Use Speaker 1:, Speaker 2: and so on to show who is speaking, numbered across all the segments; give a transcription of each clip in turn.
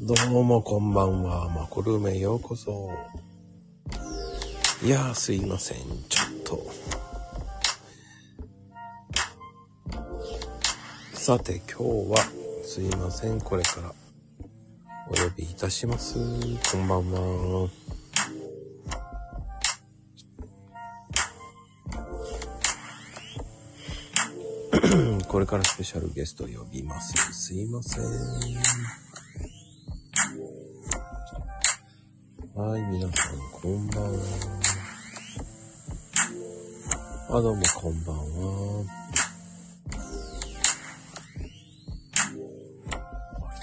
Speaker 1: どうもこんばんは。マコルームへようこそ。いやーすいません。ちょっと。さて今日はすいません。これからお呼びいたします。こんばんは。 これからスペシャルゲストを呼びます。すいません。はい、皆さん、こんばんは。あ、どうも、こんばんは。あ、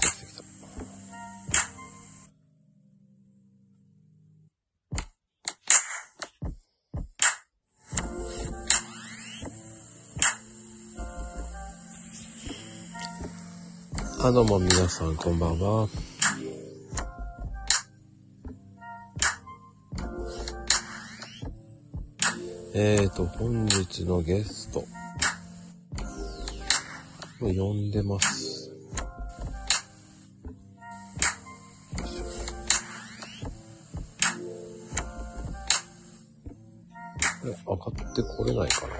Speaker 1: 来た来た来た。あ、どうも皆さん、こんばんは。えーと、本日のゲスト。もう呼んでます。これ、上がってこれないかな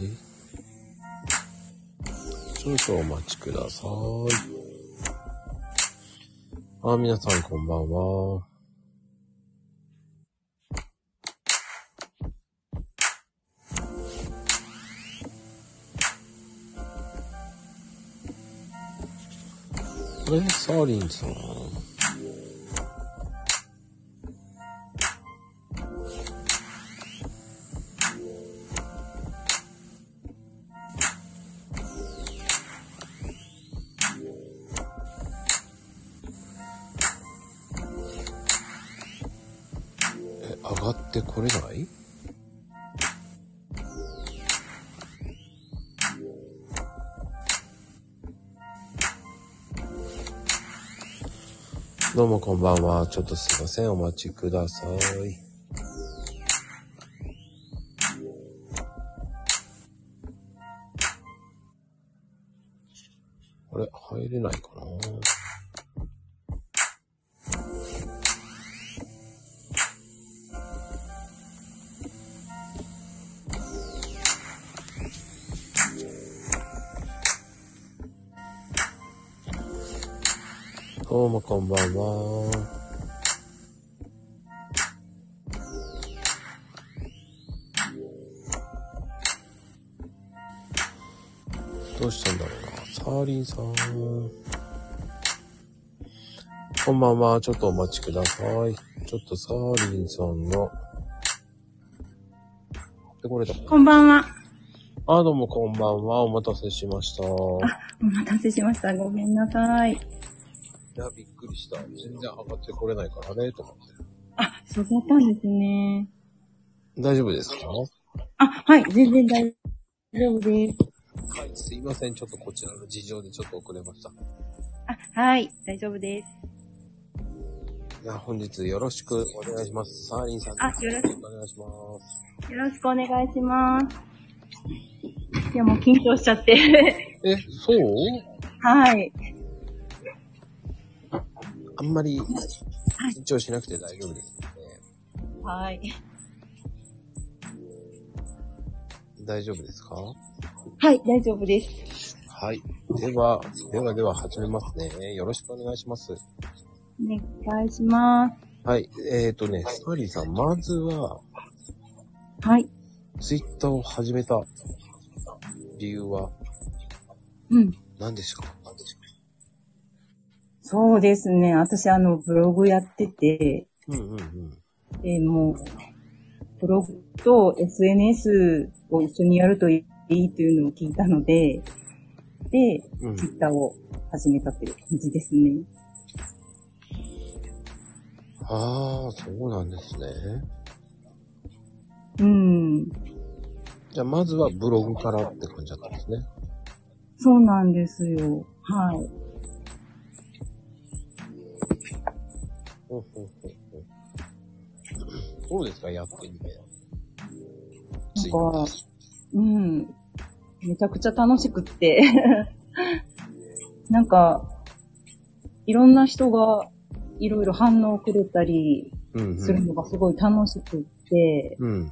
Speaker 1: え少々お待ちください。あ、皆さんこんばんは。あれサーリンさん。え、上がってこれないどうもこんばんは。ちょっとすいません。お待ちください。あれ、入れないかなどうもこんばんは。どうしたんだろうな。サーリンさん。こんばんは。ちょっとお待ちください。ちょっとサーリンさんの。で、これだ。
Speaker 2: こんばんは。
Speaker 1: あ、どうもこんばんは。お待たせしました。い
Speaker 2: お待たせしました。ごめんなさい。
Speaker 1: や、びっくりした。全然上がってこれないからね、と思って。
Speaker 2: あ、そうだったんですね。
Speaker 1: 大丈夫ですか
Speaker 2: あ、はい、全然大丈夫です。
Speaker 1: はい、すいません。ちょっとこちらの事情でちょっと遅れました。
Speaker 2: あ、はい、大丈夫です。
Speaker 1: いや、本日よろしくお願いします。サーリンさん
Speaker 2: あよろし
Speaker 1: くお願いします。
Speaker 2: よろしくお願いします。いや、もう緊張しちゃって。
Speaker 1: え、そう
Speaker 2: はい。
Speaker 1: あんまり緊張しなくて大丈夫ですね。
Speaker 2: はい。
Speaker 1: 大丈夫ですか
Speaker 2: はい、大丈夫です。
Speaker 1: はい。では、ではでは始めますね。よろしくお願いします。
Speaker 2: お願いしま
Speaker 1: はい。えっ、ー、とね、サーリンさん、まずは、
Speaker 2: す。はい。
Speaker 1: ツイッターを始めた理由は
Speaker 2: うん。
Speaker 1: 何ですか
Speaker 2: そうですね。私、あの、ブログやってて、
Speaker 1: うんうんうん。
Speaker 2: でもう、ブログと SNS を一緒にやるといいというのを聞いたので、で、
Speaker 1: うん
Speaker 2: ツイッターを始めたという感じですね。
Speaker 1: ああ、そうなんですね。
Speaker 2: うん。
Speaker 1: じゃあ、まずはブログからって感じだったんですね。
Speaker 2: そうなんですよ。はい。
Speaker 1: ほうほうほうほうどうですかやってみて。ます、今。
Speaker 2: なんか、うん。めちゃくちゃ楽しくって。 なんか、いろんな人がいろいろ反応くれたり
Speaker 1: うん、うん。
Speaker 2: するのがすごい楽しくって、
Speaker 1: うん。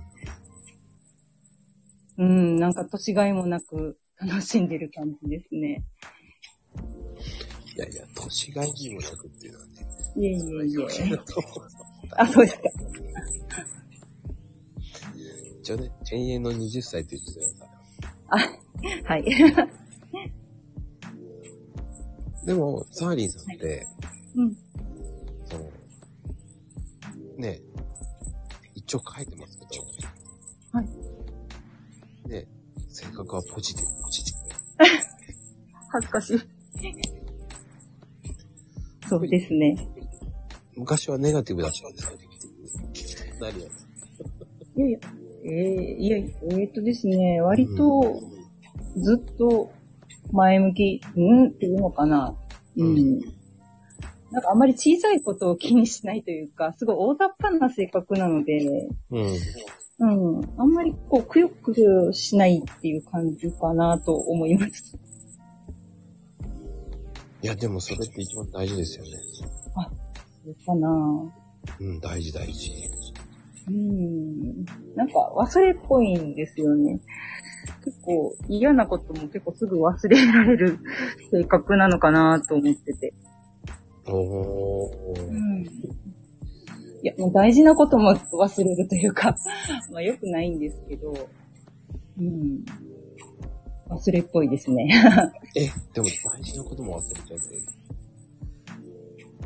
Speaker 2: うん、なんか年がいもなく楽しんでる感じですね。
Speaker 1: いやいや、年がいいもなくっていうのはね。
Speaker 2: いえいえいえ。
Speaker 1: あ
Speaker 2: あ、そうですか。
Speaker 1: 一応ね、永遠の20歳って言ってたから。
Speaker 2: はい。
Speaker 1: でも、サーリンさんって、
Speaker 2: うん。
Speaker 1: その、ね、一応書いてますけど、
Speaker 2: はい。
Speaker 1: ね、性格はポジティブ、ポジティブ。
Speaker 2: 恥ずかしい。そうですね。
Speaker 1: 昔はネガティブだったんですよ。何や
Speaker 2: いやいや、えーいや、えーっとですね、割と、ずっと、前向き、うんっていうのかな。うん。
Speaker 1: うん
Speaker 2: なんかあんまり小さいことを気にしないというか、すごい大雑把な性格なので、
Speaker 1: うん。
Speaker 2: うん。あんまりこう、くよくよしないっていう感じかなと思います。
Speaker 1: いや、でもそれって一番大事ですよね。
Speaker 2: かな
Speaker 1: うん、大事大事。
Speaker 2: うん。なんか忘れっぽいんですよね。結構嫌なことも結構すぐ忘れられる性格なのかなと思ってて。
Speaker 1: お
Speaker 2: う
Speaker 1: ー。
Speaker 2: ん。いや、もう大事なことも忘れるというか、 まあ良くないんですけど、うん。忘れっぽいですね。
Speaker 1: え、でも大事なことも忘れちゃって。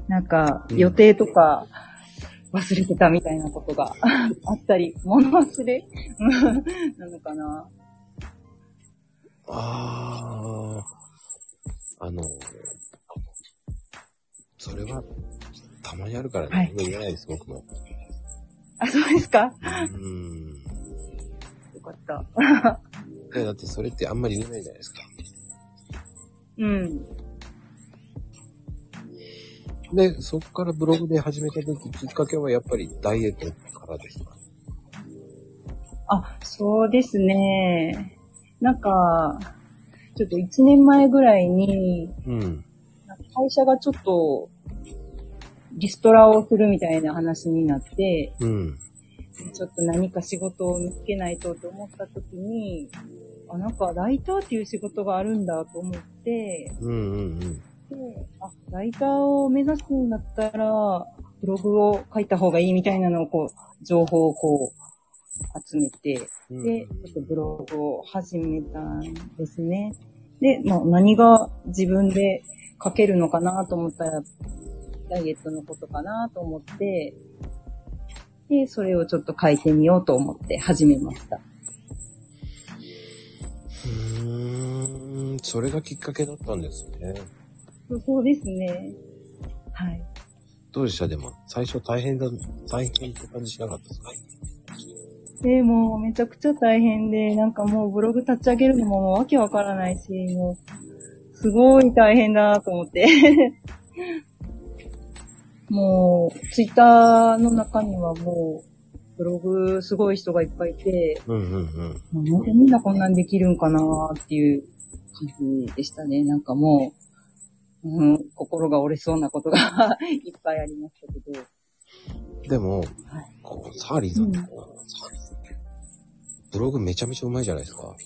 Speaker 2: なんか
Speaker 1: うん
Speaker 2: 予定とか忘れてたみたいなことが あったり、物忘れ なのかな。
Speaker 1: ああ。あの、それは、たまにあるから
Speaker 2: は
Speaker 1: ね
Speaker 2: い。
Speaker 1: 言えないです、僕も。
Speaker 2: あ、そうですか
Speaker 1: うん。
Speaker 2: よかった。
Speaker 1: いやだってそれってあんまり言えないじゃないですか。
Speaker 2: うん。
Speaker 1: で、そこからブログで始めた時、きっかけはやっぱりダイエットからですか。
Speaker 2: あ、そうですね。なんか、ちょっと1年前ぐらいに、
Speaker 1: うん。
Speaker 2: 会社がちょっと、リストラをするみたいな話になって、
Speaker 1: うん。
Speaker 2: ちょっと何か仕事を見つけないとと思った時に、あ、なんかライターっていう仕事があるんだと思って、
Speaker 1: うんうんうん。
Speaker 2: であ、ライターを目指すんだったら、ブログを書いた方がいいみたいなのをこう、情報をこう、集めて、
Speaker 1: うん
Speaker 2: で、ちょっとブログを始めたんですね。で、まあ何が自分で書けるのかなと思ったら、ダイエットのことかなと思って、で、それをちょっと書いてみようと思って始めました。
Speaker 1: うーん、それがきっかけだったんですね。
Speaker 2: そうですね。はい。
Speaker 1: どうでしたでも、最初大変だ、大変って感じしなかったですか
Speaker 2: で、もうめちゃくちゃ大変で、なんかもうブログ立ち上げるのももうわけわからないし、もう、すごい大変だなと思って。 もう、ツイッターの中にはもう、ブログすごい人がいっぱいいて、
Speaker 1: うんうんうん。
Speaker 2: もうなんでみんなこんなんできるんかなっていう感じでしたね。なんかもう、うん、心が折れそうなことが いっぱいありましたけど。
Speaker 1: でも、
Speaker 2: はい
Speaker 1: こう、サーリーさんってこう、サーリーさんってブログめちゃめちゃうまいじゃないですか。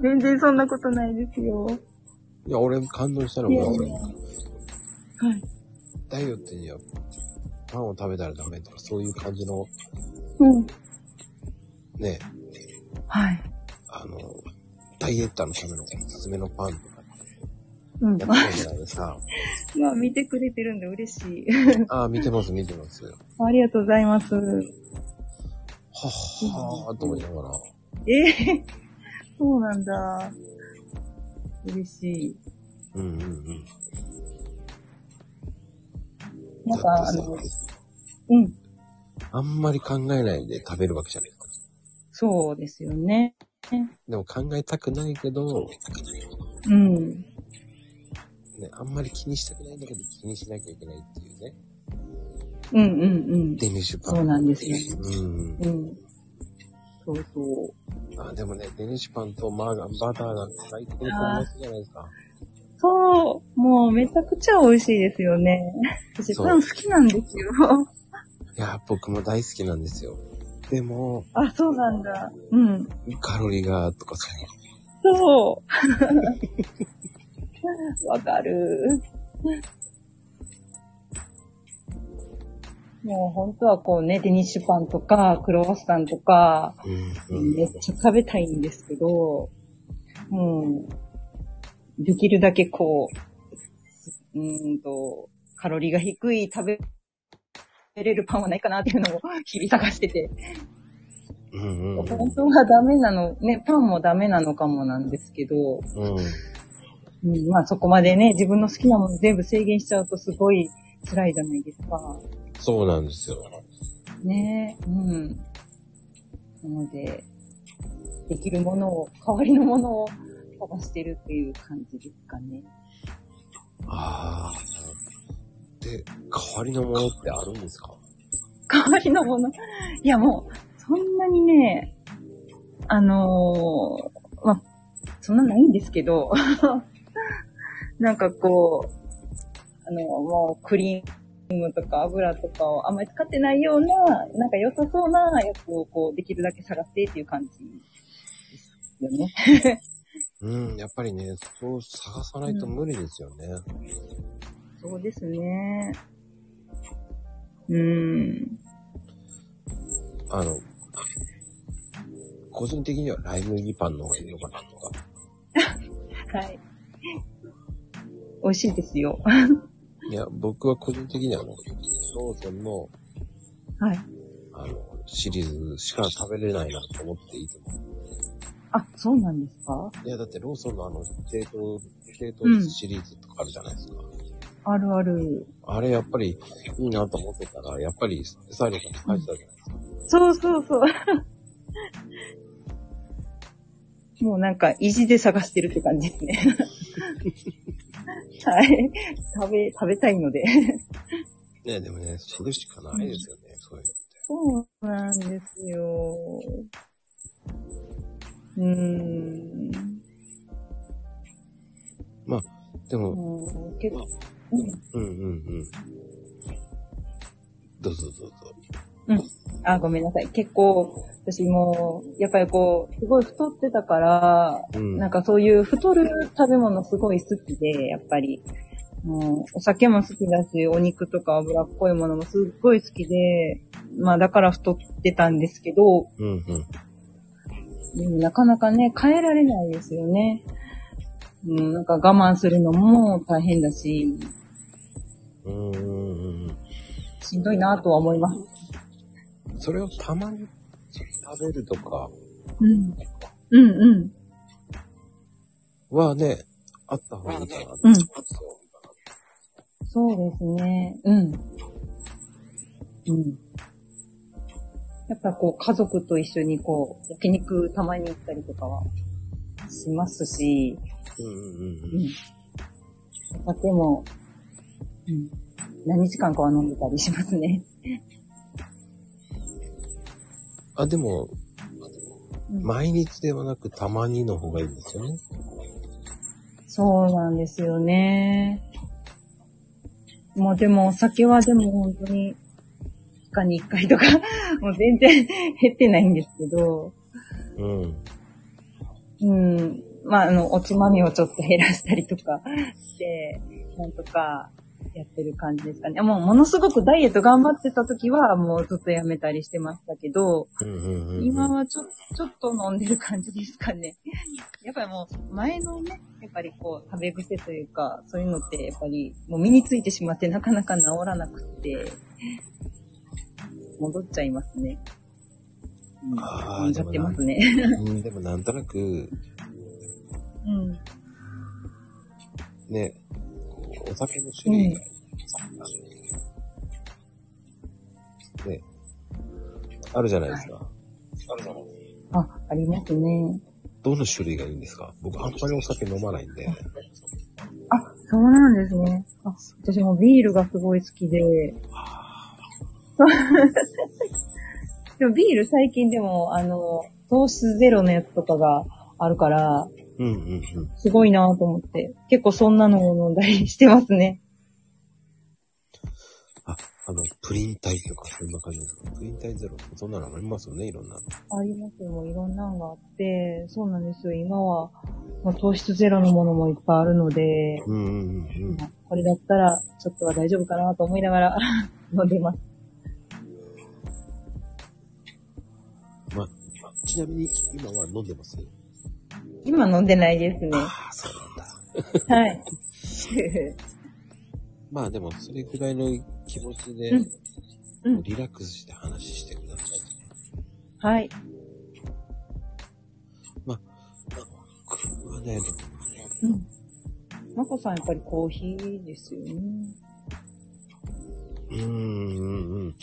Speaker 2: 全然そんなことないですよ。
Speaker 1: いや、俺感動したの
Speaker 2: いや
Speaker 1: が、
Speaker 2: いやはい。
Speaker 1: ダイエットにはパンを食べたらダメとか、そういう感じの、
Speaker 2: うん。
Speaker 1: ね、
Speaker 2: はい。
Speaker 1: あの、ダイエッターのためのおすすめのパンとか
Speaker 2: うん
Speaker 1: やってるじゃないです か。
Speaker 2: まあ、見てくれてるんで嬉しい。
Speaker 1: ああ、見てます、見てます。は
Speaker 2: ありがとうございます。
Speaker 1: っはーと思いながら。
Speaker 2: ええそうなんだ。嬉しい。
Speaker 1: うんうんうん。
Speaker 2: なんか、
Speaker 1: だ
Speaker 2: あ
Speaker 1: って
Speaker 2: の、
Speaker 1: さ
Speaker 2: うん。
Speaker 1: あんまり考えないで食べるわけじゃないですか。
Speaker 2: そうですよね。
Speaker 1: でも考えたくないけど、
Speaker 2: うん。
Speaker 1: ね、あんまり気にしたくないんだけど気にしなきゃいけないっていうね。
Speaker 2: うんうんうん。
Speaker 1: デニッシュパン。
Speaker 2: そうなんですよ。
Speaker 1: うん。
Speaker 2: うん。そうそう。
Speaker 1: あ、でもね、デニッシュパンとマーガン、バターが最高の組み合わせじゃないですか。
Speaker 2: そう、もうめちゃくちゃ美味しいですよね。私
Speaker 1: そう
Speaker 2: パン好きなんですよ。
Speaker 1: いや、僕も大好きなんですよ。でも、
Speaker 2: あ、そうなんだ。うん。
Speaker 1: カロリーが、とかそういうの
Speaker 2: そう。 わかる。もう本当はこうね、デニッシュパンとか、クロワッサンとか、
Speaker 1: うん、う
Speaker 2: め
Speaker 1: ん。
Speaker 2: っちゃ食べたいんですけど、もう、できるだけこう、うーんと、カロリーが低い食べ、れるパンはないかなっていうのを 日々探してて。
Speaker 1: うん、うん。
Speaker 2: 本当はダメなの、ね、パンもダメなのかもなんですけど、
Speaker 1: うん。
Speaker 2: うん、まあそこまでね、自分の好きなもの全部制限しちゃうとすごい辛いじゃないですか。
Speaker 1: そうなんですよ。
Speaker 2: ねえ、うん。なので、できるものを、代わりのものを探してるっていう感じですかね。
Speaker 1: ああ。で、代わりのものってあるんですか
Speaker 2: 代わりのもの。いやもう、そんなにね、あのーまあ、そんなないんですけど、 なんかこう、あの、もうクリームとか油とかをあんまり使ってないような、なんか良さそうなやつをこう、できるだけ探してっていう感じですよね。
Speaker 1: うん、やっぱりね、そう探さないと無理ですよね。
Speaker 2: そうですね。うーん。
Speaker 1: あの、個人的にはライ麦パンの方がいいのかなとか。
Speaker 2: はい。美味しいですよ。
Speaker 1: いや、僕は個人的にはあの、ローソンの、
Speaker 2: はい。
Speaker 1: あの、シリーズしか食べれないなと思っていても。
Speaker 2: あ、そうなんですか
Speaker 1: いや、だってローソンのあの、冷凍、冷凍シリーズとかあるじゃないですか。
Speaker 2: あるある。
Speaker 1: あれやっぱりいいなと思ってたら、やっぱりサイレンさんも書いてたじゃないですか。
Speaker 2: そうそうそう。もうなんか意地で探してるって感じですね。 はい。食べ、食べたいので。
Speaker 1: ねでもね、それしかないですよね、そういうのって。
Speaker 2: そうなんですよ。うーん。
Speaker 1: でも、
Speaker 2: もう結構、うん
Speaker 1: うんうんうん。どうぞどうぞ。
Speaker 2: あ、ごめんなさい。結構、私もう、やっぱりこう、すごい太ってたから、
Speaker 1: うん。
Speaker 2: なんかそういう太る食べ物すごい好きで、やっぱり。もうお酒も好きだし、お肉とか脂っこいものもすっごい好きで、まあだから太ってたんですけど、
Speaker 1: うんうん。
Speaker 2: でもなかなかね、変えられないですよね。うん、なんか我慢するのも大変だし、
Speaker 1: うんうんうんうん。
Speaker 2: しんどいなとは思います。
Speaker 1: それをたまに食べるとか
Speaker 2: うん。うんうん。
Speaker 1: はね、あった方がいいかな。
Speaker 2: うん
Speaker 1: そう
Speaker 2: そうですね。うん。うん。やっぱこう、家族と一緒にこう、焼肉たまに行ったりとかはしますし、
Speaker 1: うんうん
Speaker 2: う
Speaker 1: うん。
Speaker 2: ん。お酒も、うん。何時間かは飲んでたりしますね。
Speaker 1: あ、でも、
Speaker 2: うん
Speaker 1: 毎日ではなくたまにの方がいいんですよね。
Speaker 2: そうなんですよね。もうでもお酒はでも本当に、2日に1回とか、もう全然減ってないんですけど、
Speaker 1: うん。
Speaker 2: うん。まあ、あの、おつまみをちょっと減らしたりとかして、なんとかやってる感じですかね。もう、ものすごくダイエット頑張ってた時は、もうずっとやめたりしてましたけど、
Speaker 1: うんうんうんうん。
Speaker 2: 今はちょ、ちょっと飲んでる感じですかね。 やっぱりもう、前のね、やっぱりこう、食べ癖というか、そういうのって、やっぱり、もう身についてしまって、なかなか治らなくて、戻っちゃいますね。うん
Speaker 1: あー
Speaker 2: 戻ってますね。
Speaker 1: うんでもなんとなく、
Speaker 2: うん。
Speaker 1: ね、こうお酒の種類が、ね、あるじゃないですか。あるじゃない
Speaker 2: あ、ありますね。
Speaker 1: どの種類がいいんですか僕あんまりお酒飲まないんで。
Speaker 2: あ、そうなんですね。あ、私もビールがすごい好きで。 でもビール最近でも、あの、糖質ゼロのやつとかがあるから、
Speaker 1: うんうんうん。
Speaker 2: すごいなと思って。結構そんなのを飲んだりしてますね。
Speaker 1: あ、あの、プリン体とかそんな感じですかプリン体ゼロ。そんなのありますよね、いろんな。
Speaker 2: ありますよ。もういろんなのがあって、そうなんですよ。今は、まあ、糖質ゼロのものもいっぱいあるので、
Speaker 1: うんうんうんうん。
Speaker 2: まあこれだったら、ちょっとは大丈夫かなと思いながら 飲んでます。
Speaker 1: まあ、ちなみに今は飲んでます
Speaker 2: 今飲んでないですね。
Speaker 1: ああ、そうなんだ。
Speaker 2: はい。
Speaker 1: まあでも、それくらいの気持ちで、
Speaker 2: うんうん
Speaker 1: リラックスして話してください。
Speaker 2: はい。
Speaker 1: 僕はね、
Speaker 2: うん。まこさんやっぱりコーヒーですよね。
Speaker 1: うーんうんうん。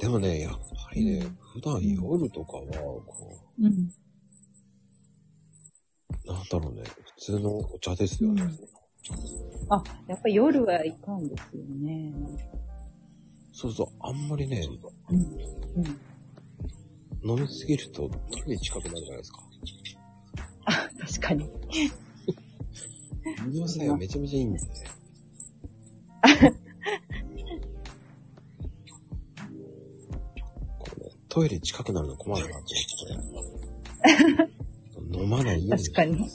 Speaker 1: でもね、やっぱりね、普段夜とかは、こ
Speaker 2: うん。
Speaker 1: う、なんだろうね、普通のお茶ですよね。
Speaker 2: うんあ、やっぱり夜はいかんですよね。
Speaker 1: そうそう、あんまりね、
Speaker 2: うん。うん。
Speaker 1: 飲みすぎると、特に近くなるじゃないですか。
Speaker 2: 確かに。
Speaker 1: 飲みさがめちゃめちゃいいんで。これ、ね、トイレ近くなるの困るなと思って。飲まないように。
Speaker 2: 確かに。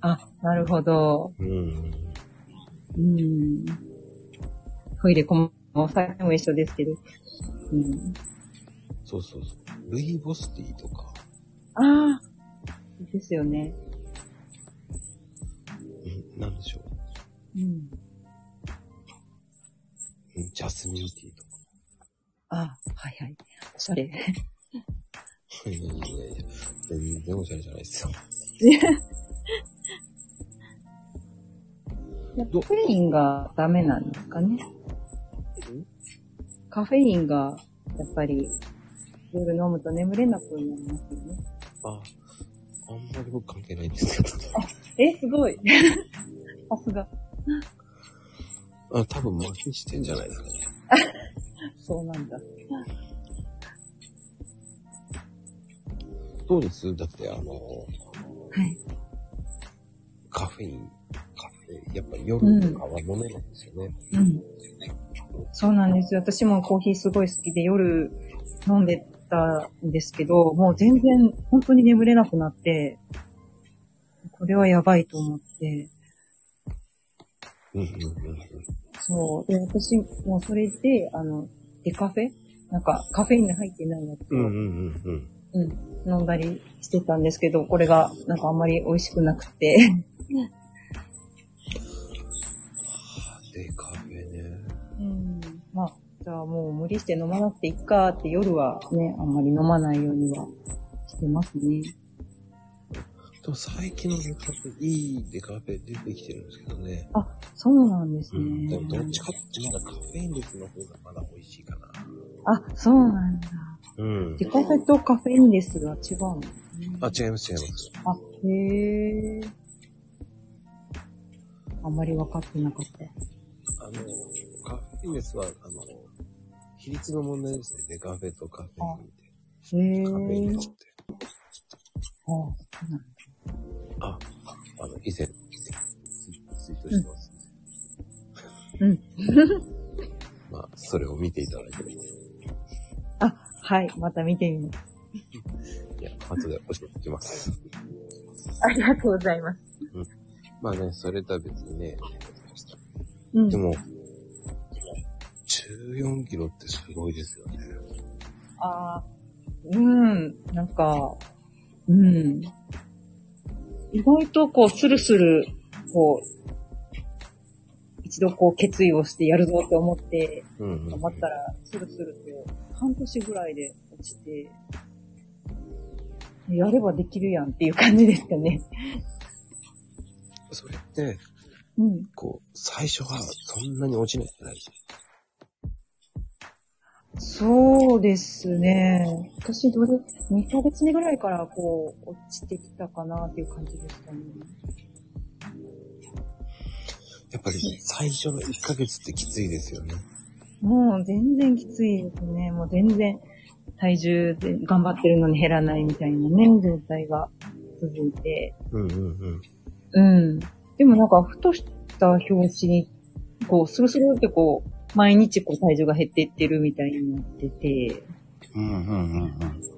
Speaker 2: あ、なるほど。
Speaker 1: うん。
Speaker 2: うん。トイレこも、お酒も一緒ですけど。うん。
Speaker 1: そうそうそう。ルイボスティーとか。
Speaker 2: ああ。ですよね。
Speaker 1: うんなんでしょう。
Speaker 2: うん。
Speaker 1: うんジャスミンティーとか。
Speaker 2: あはいはい。おしゃれ。
Speaker 1: いやいやいやいや、全然おしゃれじゃないですよ。ど
Speaker 2: カフェインがダメなんですかね。カフェインが、やっぱり、夜飲むと眠れなくなりますよね。
Speaker 1: あ、あんまり僕関係ないんですけど。
Speaker 2: え、すごい。 さすが。
Speaker 1: あ、多分麻痺してんじゃないですかね。
Speaker 2: そうなんだ。
Speaker 1: どうですだって、あの、
Speaker 2: はい。
Speaker 1: カフェイン、カフェ、やっぱ夜とかは飲めないんですよね。
Speaker 2: うん。そうなんですよ。私もコーヒーすごい好きで夜飲んでたんですけど、もう全然本当に眠れなくなって、これはやばいと思って、
Speaker 1: うんうんうん
Speaker 2: そう。で、私もそれで、あの、デカフェなんかカフェインの入ってないやつ
Speaker 1: うん。うん
Speaker 2: を
Speaker 1: うんうんうん。
Speaker 2: 飲んだりしてたんですけど、これがなんかあんまり美味しくなくて。
Speaker 1: で、カフェね。
Speaker 2: うん。まあ、じゃあもう無理して飲まなくていいかって夜はね、あんまり飲まないようにはしてますね。
Speaker 1: でも最近のデカフェ、いいデカフェ出てきてるんですけどね。
Speaker 2: そうなんです
Speaker 1: う
Speaker 2: ね。
Speaker 1: ん。でもどっちかってまだカフェインレスの方がまだ美味しいかな。
Speaker 2: あ、そうなんだ。
Speaker 1: うん
Speaker 2: 自。家製とカフェインレスが違うの、ね、
Speaker 1: あ、違います違います。
Speaker 2: あ、へえ。あんまり分かってなかった。
Speaker 1: あの、カフェインレスは、あの、比率の問題ですね。デカフェとカフェインで。
Speaker 2: へえ。
Speaker 1: カフェインレ
Speaker 2: あ
Speaker 1: スって。
Speaker 2: そうなんだ
Speaker 1: あ、あの、以前、ツイツイートしてます、
Speaker 2: うんうん。
Speaker 1: まあ、それを見ていただいてもいいです。
Speaker 2: あ、はい。また見てみます。
Speaker 1: いや、後で教えてきます。
Speaker 2: ありがとうございます。
Speaker 1: まあね、それとは別にね、
Speaker 2: うん。
Speaker 1: でも、14キロってすごいですよね。
Speaker 2: あーうん。なんか、うん。意外とこう、スルスル、こう、一度こう、決意をしてやるぞって思って、
Speaker 1: うん、うん。
Speaker 2: 頑張ったら、スルスルと、半年ぐらいで落ちて、やればできるやんっていう感じですかね。
Speaker 1: それって、
Speaker 2: うん。
Speaker 1: こう、最初はそんなに落ちないじゃない
Speaker 2: そうですね。私、どれ、2ヶ月目ぐらいからこう、落ちてきたかなっていう感じでしたね。
Speaker 1: やっぱりね、最初の1ヶ月ってきついですよね。
Speaker 2: もう全然きついですね。もう全然、体重で頑張ってるのに減らないみたいなね、状態が続いて。
Speaker 1: うんうん
Speaker 2: うん。でもなんか、ふとした表紙に、こう、スルスルってこう、毎日こう体重が減っていってるみたいになってて、
Speaker 1: うん。うんうんうん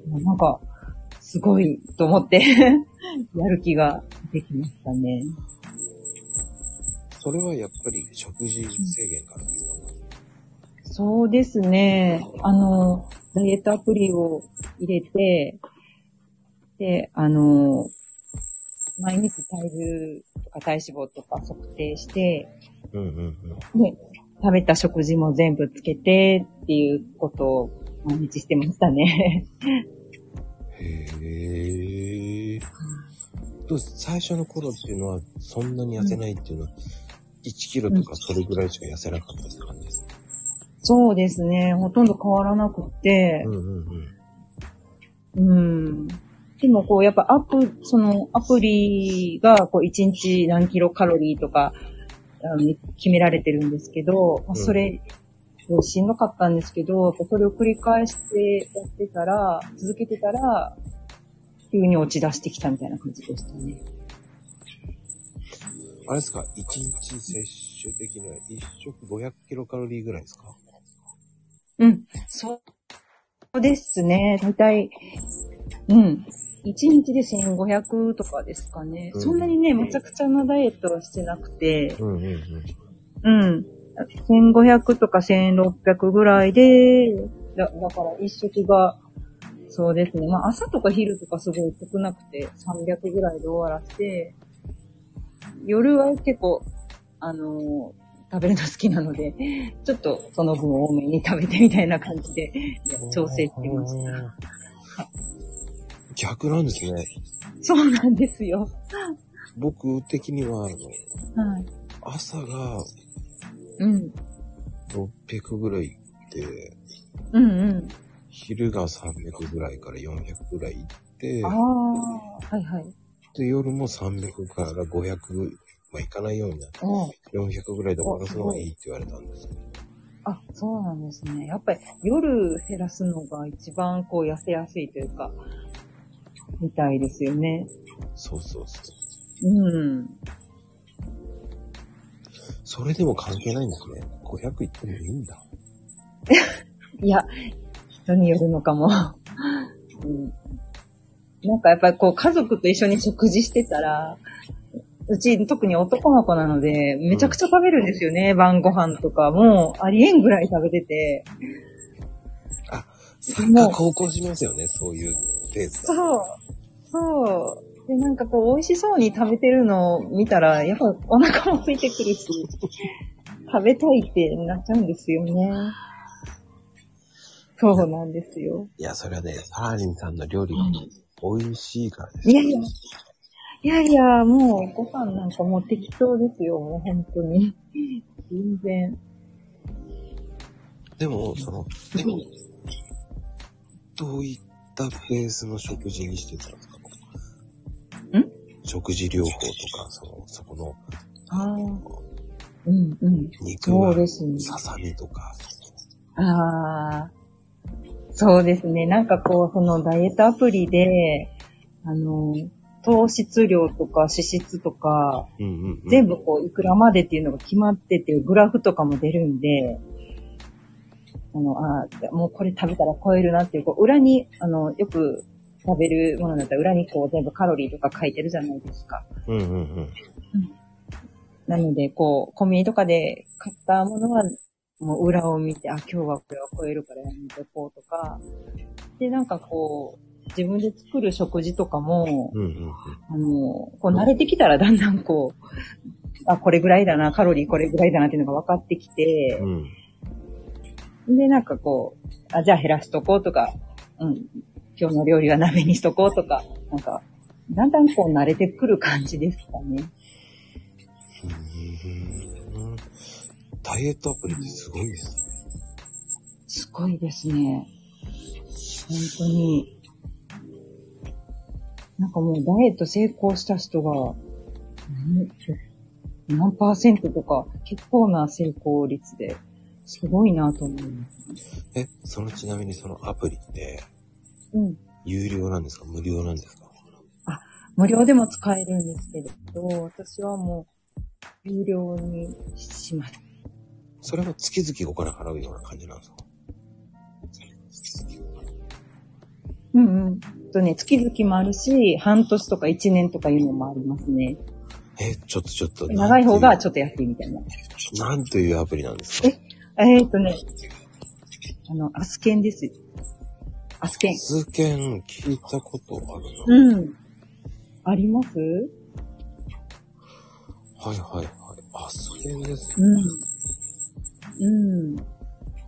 Speaker 1: うん。
Speaker 2: なんか、すごいと思って、 やる気ができましたね。
Speaker 1: それはやっぱり食事制限からですか
Speaker 2: そうですね。あの、ダイエットアプリを入れて、で、あの、毎日体重とか体脂肪とか測定して、
Speaker 1: うんうんうん。
Speaker 2: で、食べた食事も全部つけてっていうことを毎日してましたね。
Speaker 1: へえ。どうです最初の頃っていうのは、そんなに痩せないっていうのは、1キロとかそれぐらいしか痩せなかったって感じですか
Speaker 2: そうですね。ほとんど変わらなくって
Speaker 1: う、んうんうん。
Speaker 2: うん。でもこう、やっぱアプ、そのアプリが、こう、1日何キロカロリーとか、あの、決められてるんですけど、まあ
Speaker 1: うん
Speaker 2: それ、しんどかったんですけど、それを繰り返してやってたら、続けてたら、急に落ち出してきたみたいな感じでしたね。
Speaker 1: あれですか ?1 日摂取的には1食500キロカロリーぐらいですか
Speaker 2: うん。そうですね。だいたい、うん。1日で1500とかですかね。
Speaker 1: うん
Speaker 2: そんなにね、めちゃくちゃなダイエットはしてなくて、
Speaker 1: うんうんうん。
Speaker 2: うん。1500とか1600ぐらいで、だだから一食が、そうですね。まあ朝とか昼とかすごい少なくて、300ぐらいで終わらせて、夜は結構、あのー食べるの好きなので、ちょっとその分多めに食べてみたいな感じで、いや調整してました。
Speaker 1: た。逆なんですね。
Speaker 2: そうなんですよ。
Speaker 1: 僕的には、あの
Speaker 2: はい。
Speaker 1: 朝が
Speaker 2: うん。
Speaker 1: 600ぐらいで、
Speaker 2: うんうん。
Speaker 1: 昼が300ぐらいから400ぐらい行って
Speaker 2: あ、あ、はいはい。
Speaker 1: で、夜も300から500、まあ、いかないようになって、
Speaker 2: おう
Speaker 1: 400ぐらいで終わらすのがいいって言われたんですけど。
Speaker 2: あ、そうなんですね。やっぱり夜減らすのが一番こう痩せやすいというか、みたいですよね。
Speaker 1: そうそうそう。
Speaker 2: うん。
Speaker 1: それでも関係ないんですね。500いってもいいんだ。
Speaker 2: いや、人によるのかも。 うん、なんかやっぱりこう家族と一緒に食事してたら、うち特に男の子なので、めちゃくちゃ食べるんですよね。晩ご飯とかもうありえんぐらい食べてて。
Speaker 1: サッカー高校しますよね、そういうペースだ。
Speaker 2: そう。そう。で、なんかこう、美味しそうに食べてるのを見たら、やっぱお腹も空いてくるし、食べたいってなっちゃうんですよね。そうなんですよ。
Speaker 1: いや、それはね、サーリンさんの料理美味しいからです。
Speaker 2: いやいや。いやいや、もうご飯なんかもう適当ですよ、もう本当に。全然。
Speaker 1: でも、その、でも、どういったペースの食事にしてたんですか
Speaker 2: ん
Speaker 1: 食事療法とか、その、そこの
Speaker 2: ああ。うんうん。
Speaker 1: 肉
Speaker 2: そう
Speaker 1: は
Speaker 2: ですね。
Speaker 1: ささみとか。
Speaker 2: ああ、そうですね。なんかこう、そのダイエットアプリで、あの、糖質量とか脂質とか、
Speaker 1: うんうん、うん。
Speaker 2: 全部こう、いくらまでっていうのが決まってて、グラフとかも出るんで、あの、あーもうこれ食べたら超えるなっていう、こう、裏に、あの、よく食べるものだったら裏にこう、全部カロリーとか書いてるじゃないですか。
Speaker 1: うんうんうん。
Speaker 2: なので、こう、コンビニとかで買ったものは、もう裏を見て、あ、今日はこれは超えるからやめとこうとか、で、なんかこう、自分で作る食事とかも、
Speaker 1: うんうんうん。
Speaker 2: あの、こう慣れてきたらだんだんこう、あ、これぐらいだな、カロリーこれぐらいだなっていうのが分かってきて、
Speaker 1: うん。
Speaker 2: で、なんかこう、あ、じゃあ減らしとこうとか、うん、今日の料理は鍋にしとこうとか、なんか、だんだんこう慣れてくる感じですかね。
Speaker 1: うんダイエットアプリってすごいですね。
Speaker 2: すごいですね。本当に。なんかもうダイエット成功した人が、何何パーセントとか、結構な成功率で、すごいなと思います。
Speaker 1: え、そのちなみにそのアプリって、
Speaker 2: うん。
Speaker 1: 有料なんですか無料なんですか
Speaker 2: 無料でも使えるんですけれど、私はもう、有料にします。
Speaker 1: それは月々お金払うような感じなんですか
Speaker 2: うんうん。とね、月々もあるし、半年とか1年とかいうのもありますね。
Speaker 1: え、ちょっとちょっと。
Speaker 2: 長い方がちょっと安いみたいな。
Speaker 1: なんというアプリなんですか
Speaker 2: ええー、っとね、あの、アスケンです。アスケン。
Speaker 1: 数件聞いたことあるな。
Speaker 2: うん。あります
Speaker 1: はいはいはい。あ、数件です。
Speaker 2: うん。うん。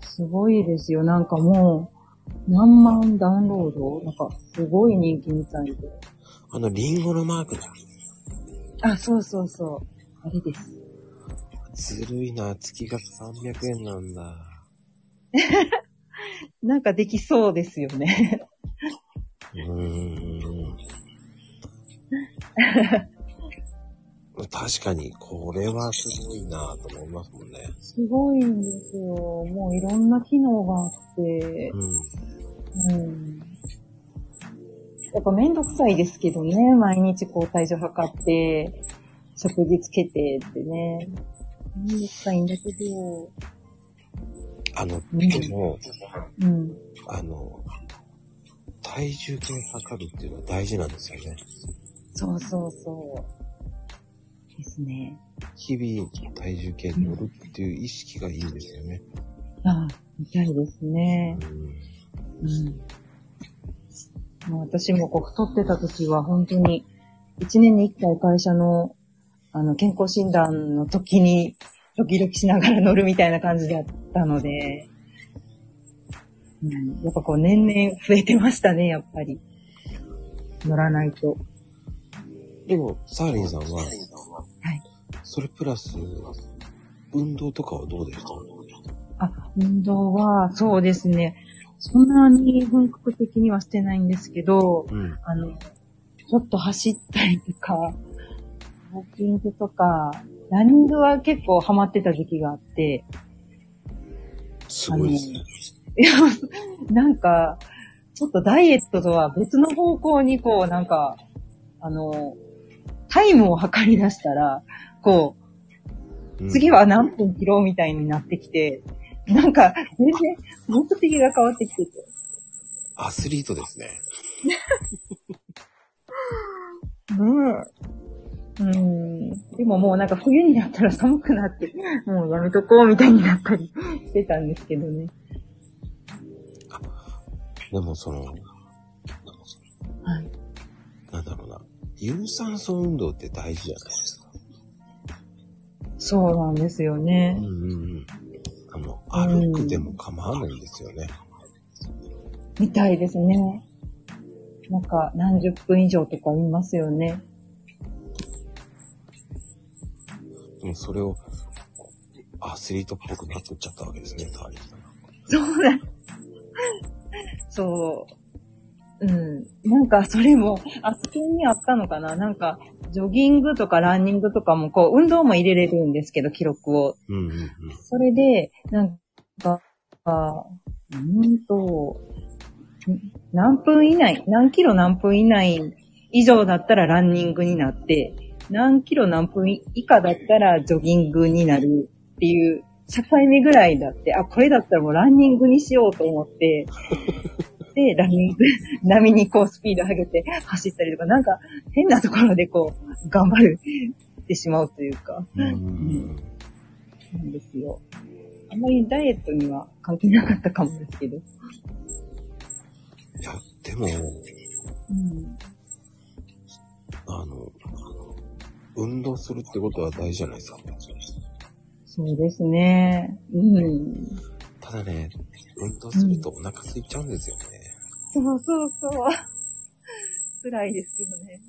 Speaker 2: すごいですよ。なんかもう、何万ダウンロードなんか、すごい人気みたいで。
Speaker 1: あの、リンゴのマークだ。
Speaker 2: あ、そうそうそう。あれです。
Speaker 1: ずるいな。月額300円なんだ。
Speaker 2: なんかできそうですよね。
Speaker 1: うーん。 確かに、これはすごいなと思いますもんね。
Speaker 2: すごいんですよ。もういろんな機能があって。
Speaker 1: うん。
Speaker 2: うん。やっぱめんどくさいですけどね。毎日こう体重測って、食事つけてってね。めんどくさいんだけど。
Speaker 1: あの、
Speaker 2: うん
Speaker 1: でも、
Speaker 2: うん。
Speaker 1: あの、体重計測るっていうのは大事なんですよね。
Speaker 2: そうそうそう。ですね。
Speaker 1: 日々体重計に乗るっていう意識がいいんですよね。
Speaker 2: ああ、みたいです
Speaker 1: う
Speaker 2: ね。
Speaker 1: ん。
Speaker 2: うん。もう私もこう太ってた時は本当に、一年に一回会社の、あの、健康診断の時に、ドキドキしながら乗るみたいな感じだったので、うん、やっぱこう年々増えてましたね、やっぱり。乗らないと。
Speaker 1: でも、サーリンさんは、
Speaker 2: はい
Speaker 1: それプラス、運動とかはどうですか
Speaker 2: あ、運動は、そうですね。そんなに本格的にはしてないんですけど、
Speaker 1: うん。
Speaker 2: あの、ちょっと走ったりとか、ウォーキングとか、ランニングは結構ハマってた時期があって、
Speaker 1: すごいですね。
Speaker 2: なんか、ちょっとダイエットとは別の方向にこう、なんか、あの、タイムを測り出したら、こ
Speaker 1: うん
Speaker 2: う、次は何分切ろうみたいになってきて、なんか、全然、目的が変わってきてて。
Speaker 1: アスリートですね。
Speaker 2: うん。でももうなんか冬になったら寒くなって、 もうやめとこうみたいになったりしてたんですけどね。
Speaker 1: でもその、
Speaker 2: はい。
Speaker 1: なんだろうな。有酸素運動って大事じゃないですか。
Speaker 2: そうなんですよね
Speaker 1: うん。うんうん。あの、歩くでも構わないんですよね。
Speaker 2: みたいですね。なんか何十分以上とか言いますよね。
Speaker 1: でもそれを、アスリートっぽくなってっちゃったわけですね、サーリンさん。
Speaker 2: そうだ。 そう。うん。なんかそれも、あそこにあったのかななんか、ジョギングとかランニングとかもこう、運動も入れれるんですけど、記録を。
Speaker 1: うんうんうん。
Speaker 2: それで、なんか、あうーんと、ん何分以内、何キロ何分以内以上だったらランニングになって、何キロ何分以下だったらジョギングになるっていう、境目ぐらいだって、あ、これだったらもうランニングにしようと思って、で、ランニング、波にこうスピード上げて走ったりとか、なんか変なところでこう、頑張るってしまうというか。
Speaker 1: うんうんうん
Speaker 2: なんですよ。あんまりダイエットには関係なかったかもですけど。
Speaker 1: いや、でも、
Speaker 2: うん。
Speaker 1: あの、運動するってことは大事じゃないですか。
Speaker 2: そうですね。うん。
Speaker 1: ただね、運動するとお腹空いちゃうんですよね。
Speaker 2: そうそう そう。辛いですよね。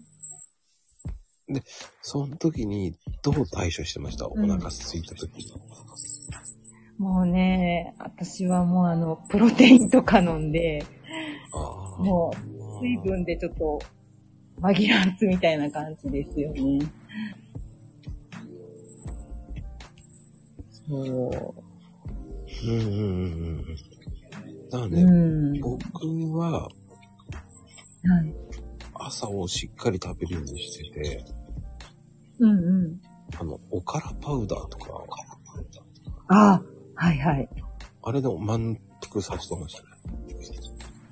Speaker 1: その時にどう対処してましたお
Speaker 2: うん
Speaker 1: 腹空いた時に。
Speaker 2: もうね、私はもうあの、プロテインとか飲んで、
Speaker 1: ああ。
Speaker 2: もう水分でちょっと紛らわすみたいな感じですよね。そう。
Speaker 1: うんうんうんうん。なの
Speaker 2: う
Speaker 1: で、
Speaker 2: ん。は。
Speaker 1: 僕はい朝をしっかり食べるようにしてて、
Speaker 2: うんうん。
Speaker 1: あの、おからパウダーとか、
Speaker 2: ああ、はいはい。
Speaker 1: あれでも満腹させてましたね。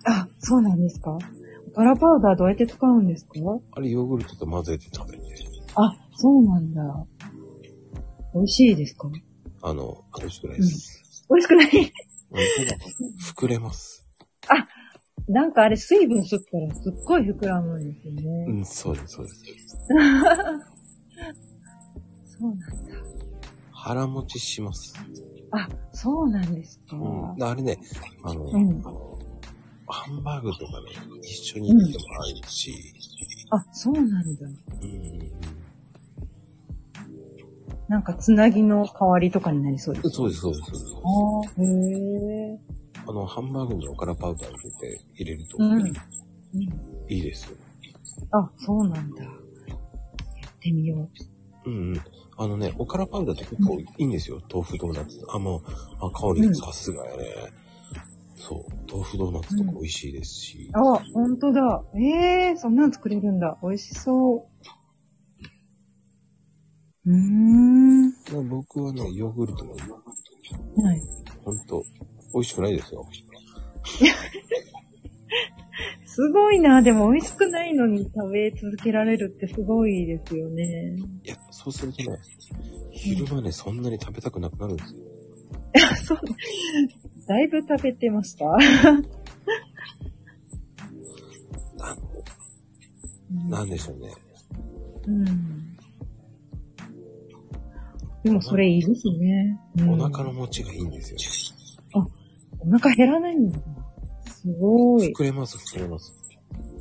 Speaker 2: あ、そうなんですかガラパウダーどうやって使うんですか
Speaker 1: あれヨーグルトと混ぜて食べて、
Speaker 2: あ、そうなんだ。美味しいですか
Speaker 1: あの、美味しくないです。
Speaker 2: 美味しくない。
Speaker 1: うん、膨れます。
Speaker 2: なんかあれ水分吸ったらすっごい膨らむんですよね。
Speaker 1: うん、そうです、そうです。
Speaker 2: そうなん
Speaker 1: 腹持ちします。
Speaker 2: あ、そうなんですか。
Speaker 1: うん。あれね、あの、
Speaker 2: うん
Speaker 1: ハンバーグとかね、一緒に行っても合うし、
Speaker 2: あ、そうなんだ。
Speaker 1: うん。
Speaker 2: なんかつなぎの代わりとかになりそうです。
Speaker 1: そうです、そうです。そうです
Speaker 2: ああ、へえ。
Speaker 1: あの、ハンバーグにおからパウダー入れて、入れると、
Speaker 2: うん
Speaker 1: いいですよ。
Speaker 2: あ、そうなんだ。やってみよう。
Speaker 1: うんうん。あのね、おからパウダーって結構いいんですよ。豆腐ドーナツ。あ、もう、あ、香りさすがやね。そう。豆腐ドーナツとか美味しいですし。
Speaker 2: あ、ほんとだ。ええそんなん作れるんだ。美味しそう。うーん。
Speaker 1: 僕はね、ヨーグルトも、
Speaker 2: はい。
Speaker 1: ほんと、美味しくないですよ。
Speaker 2: すごいな。でも美味しくないのに食べ続けられるってすごいですよね。
Speaker 1: いや、そうするとね、昼間ね、そんなに食べたくなくなるんですよ。
Speaker 2: そう。だいぶ食べてました。
Speaker 1: あの、なんでしょうね。
Speaker 2: うん。でもそれいいですね。うん
Speaker 1: お腹の持ちがいいんですよ。
Speaker 2: お腹減らないんだ。すごい。
Speaker 1: 膨れます、膨れます。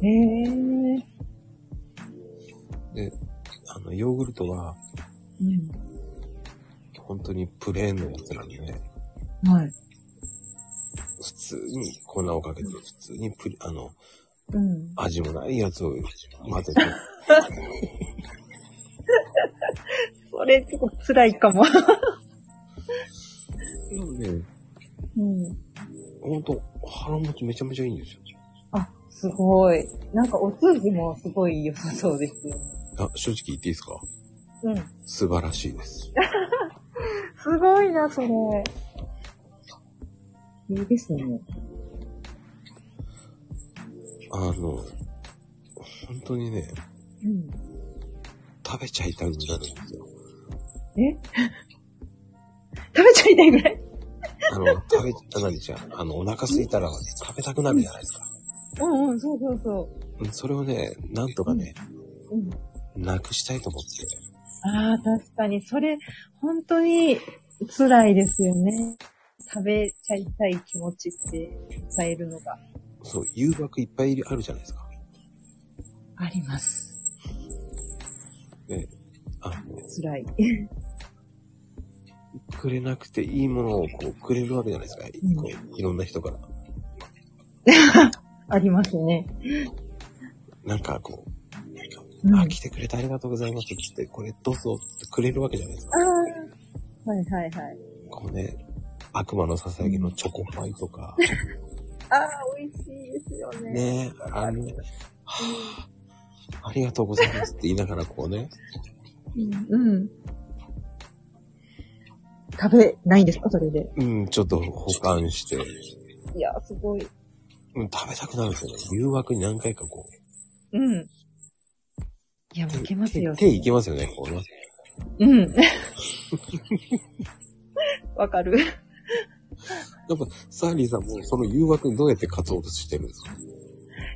Speaker 2: へえ。うん。
Speaker 1: で、あの、ヨーグルトは、本当にプレーンのやつなんでね、
Speaker 2: はい。
Speaker 1: 普通に粉をかけて、普通にプリ、あの、
Speaker 2: うん。
Speaker 1: 味もないやつを混ぜて、
Speaker 2: それ、ちょっと辛いかも。
Speaker 1: なので、
Speaker 2: うん。
Speaker 1: 本当腹持ちめちゃめちゃいいんですよ。
Speaker 2: あ、すごい。なんかお通じもすごい良さそうですよ。
Speaker 1: あ、正直言っていいですか
Speaker 2: うん。
Speaker 1: 素晴らしい です。
Speaker 2: すごいな、それ。いいですね。
Speaker 1: あの、本当にね、
Speaker 2: うん。
Speaker 1: 食べちゃいたくなるんですよ。
Speaker 2: え 食べちゃいたいぐらい
Speaker 1: あの、食べ、あ何じゃん、あの、お腹空いたら食べたくなるじゃないですか。
Speaker 2: うんうん、そうそうそ
Speaker 1: うんそれをね、なんとかね、
Speaker 2: う。うん。
Speaker 1: なくしたいと思って。
Speaker 2: ああ、確かに。それ、本当に辛いですよね。食べちゃいたい気持ちって伝えるのが
Speaker 1: そう、誘惑いっぱいあるじゃないですか。
Speaker 2: あります。
Speaker 1: ね、あの、
Speaker 2: 辛い。
Speaker 1: くれなくていいものをこうくれるわけじゃないですか。
Speaker 2: ん
Speaker 1: こういろんな人から。
Speaker 2: ありますね。
Speaker 1: なんかこう、
Speaker 2: うん、あ
Speaker 1: あ、来てくれてありがとうございますって言って、これどうぞってくれるわけじゃないです
Speaker 2: あ
Speaker 1: か。
Speaker 2: ー。はいはいはい。
Speaker 1: こうね、悪魔のささやきのチョコパイとか、
Speaker 2: ああ、美味しいですよね。
Speaker 1: ね、あの、はあ、ありがとうございますって言いながらこうね、
Speaker 2: うん。うん。食べないんですかそれで。
Speaker 1: うん、ちょっと保管して、
Speaker 2: いや、すごい。
Speaker 1: うん、食べたくなるんですよね。誘惑に何回かこう。
Speaker 2: うん。いや、もういけますよ。
Speaker 1: 手いけますよね、こうね。
Speaker 2: うん。 わかる。
Speaker 1: やっぱ、サーリーさんもその誘惑にどうやって勝とうとしてるんですか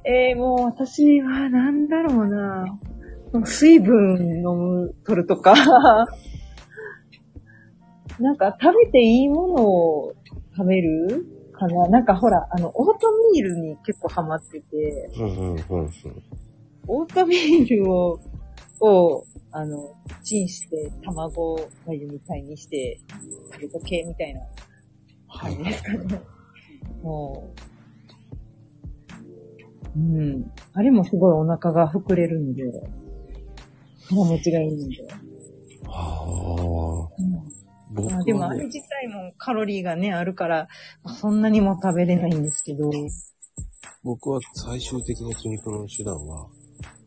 Speaker 2: えー、もう私はなんだろうな。水分飲む、取るとか。 なんか食べていいものを食べるかな。なんかほら、あの、オートミールに結構ハマってて、
Speaker 1: うんうんうんうん。
Speaker 2: オートミールを、を、あの、チンして、卵を粥みたいにして、食べとけみたいな
Speaker 1: は
Speaker 2: 感じですかね。もう。うん。あれもすごいお腹が膨れるんで、腹持ちがいいんで。
Speaker 1: ああ、
Speaker 2: うん
Speaker 1: 僕
Speaker 2: あでもあ
Speaker 1: は
Speaker 2: れ
Speaker 1: ね、
Speaker 2: 自体もカロリーがね、あるから、そんなにも食べれないんですけど。
Speaker 1: 僕は最終的な筋トレの手段は、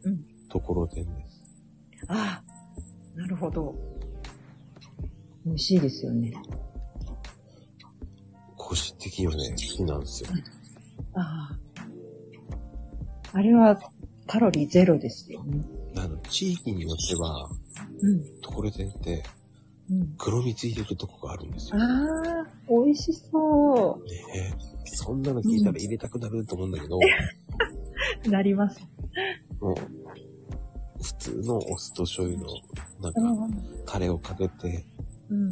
Speaker 2: うん
Speaker 1: ところてんです。
Speaker 2: ああ、なるほど。美味しいですよね。
Speaker 1: 個人的にはね、好きなんですよ。
Speaker 2: ああ。あれはカロリーゼロですよね。
Speaker 1: あの、地域によっては、
Speaker 2: う
Speaker 1: ところてんって
Speaker 2: ん。うん、
Speaker 1: 黒蜜入れるとこがあるんですよ。
Speaker 2: ああ、美味しそ
Speaker 1: ねえそんなの聞いたら入れたくなると思うんだ けど、
Speaker 2: う。なります。
Speaker 1: もう、普通のお酢と醤油の、
Speaker 2: う
Speaker 1: なんか、
Speaker 2: ん。
Speaker 1: タレをかけて、
Speaker 2: うん。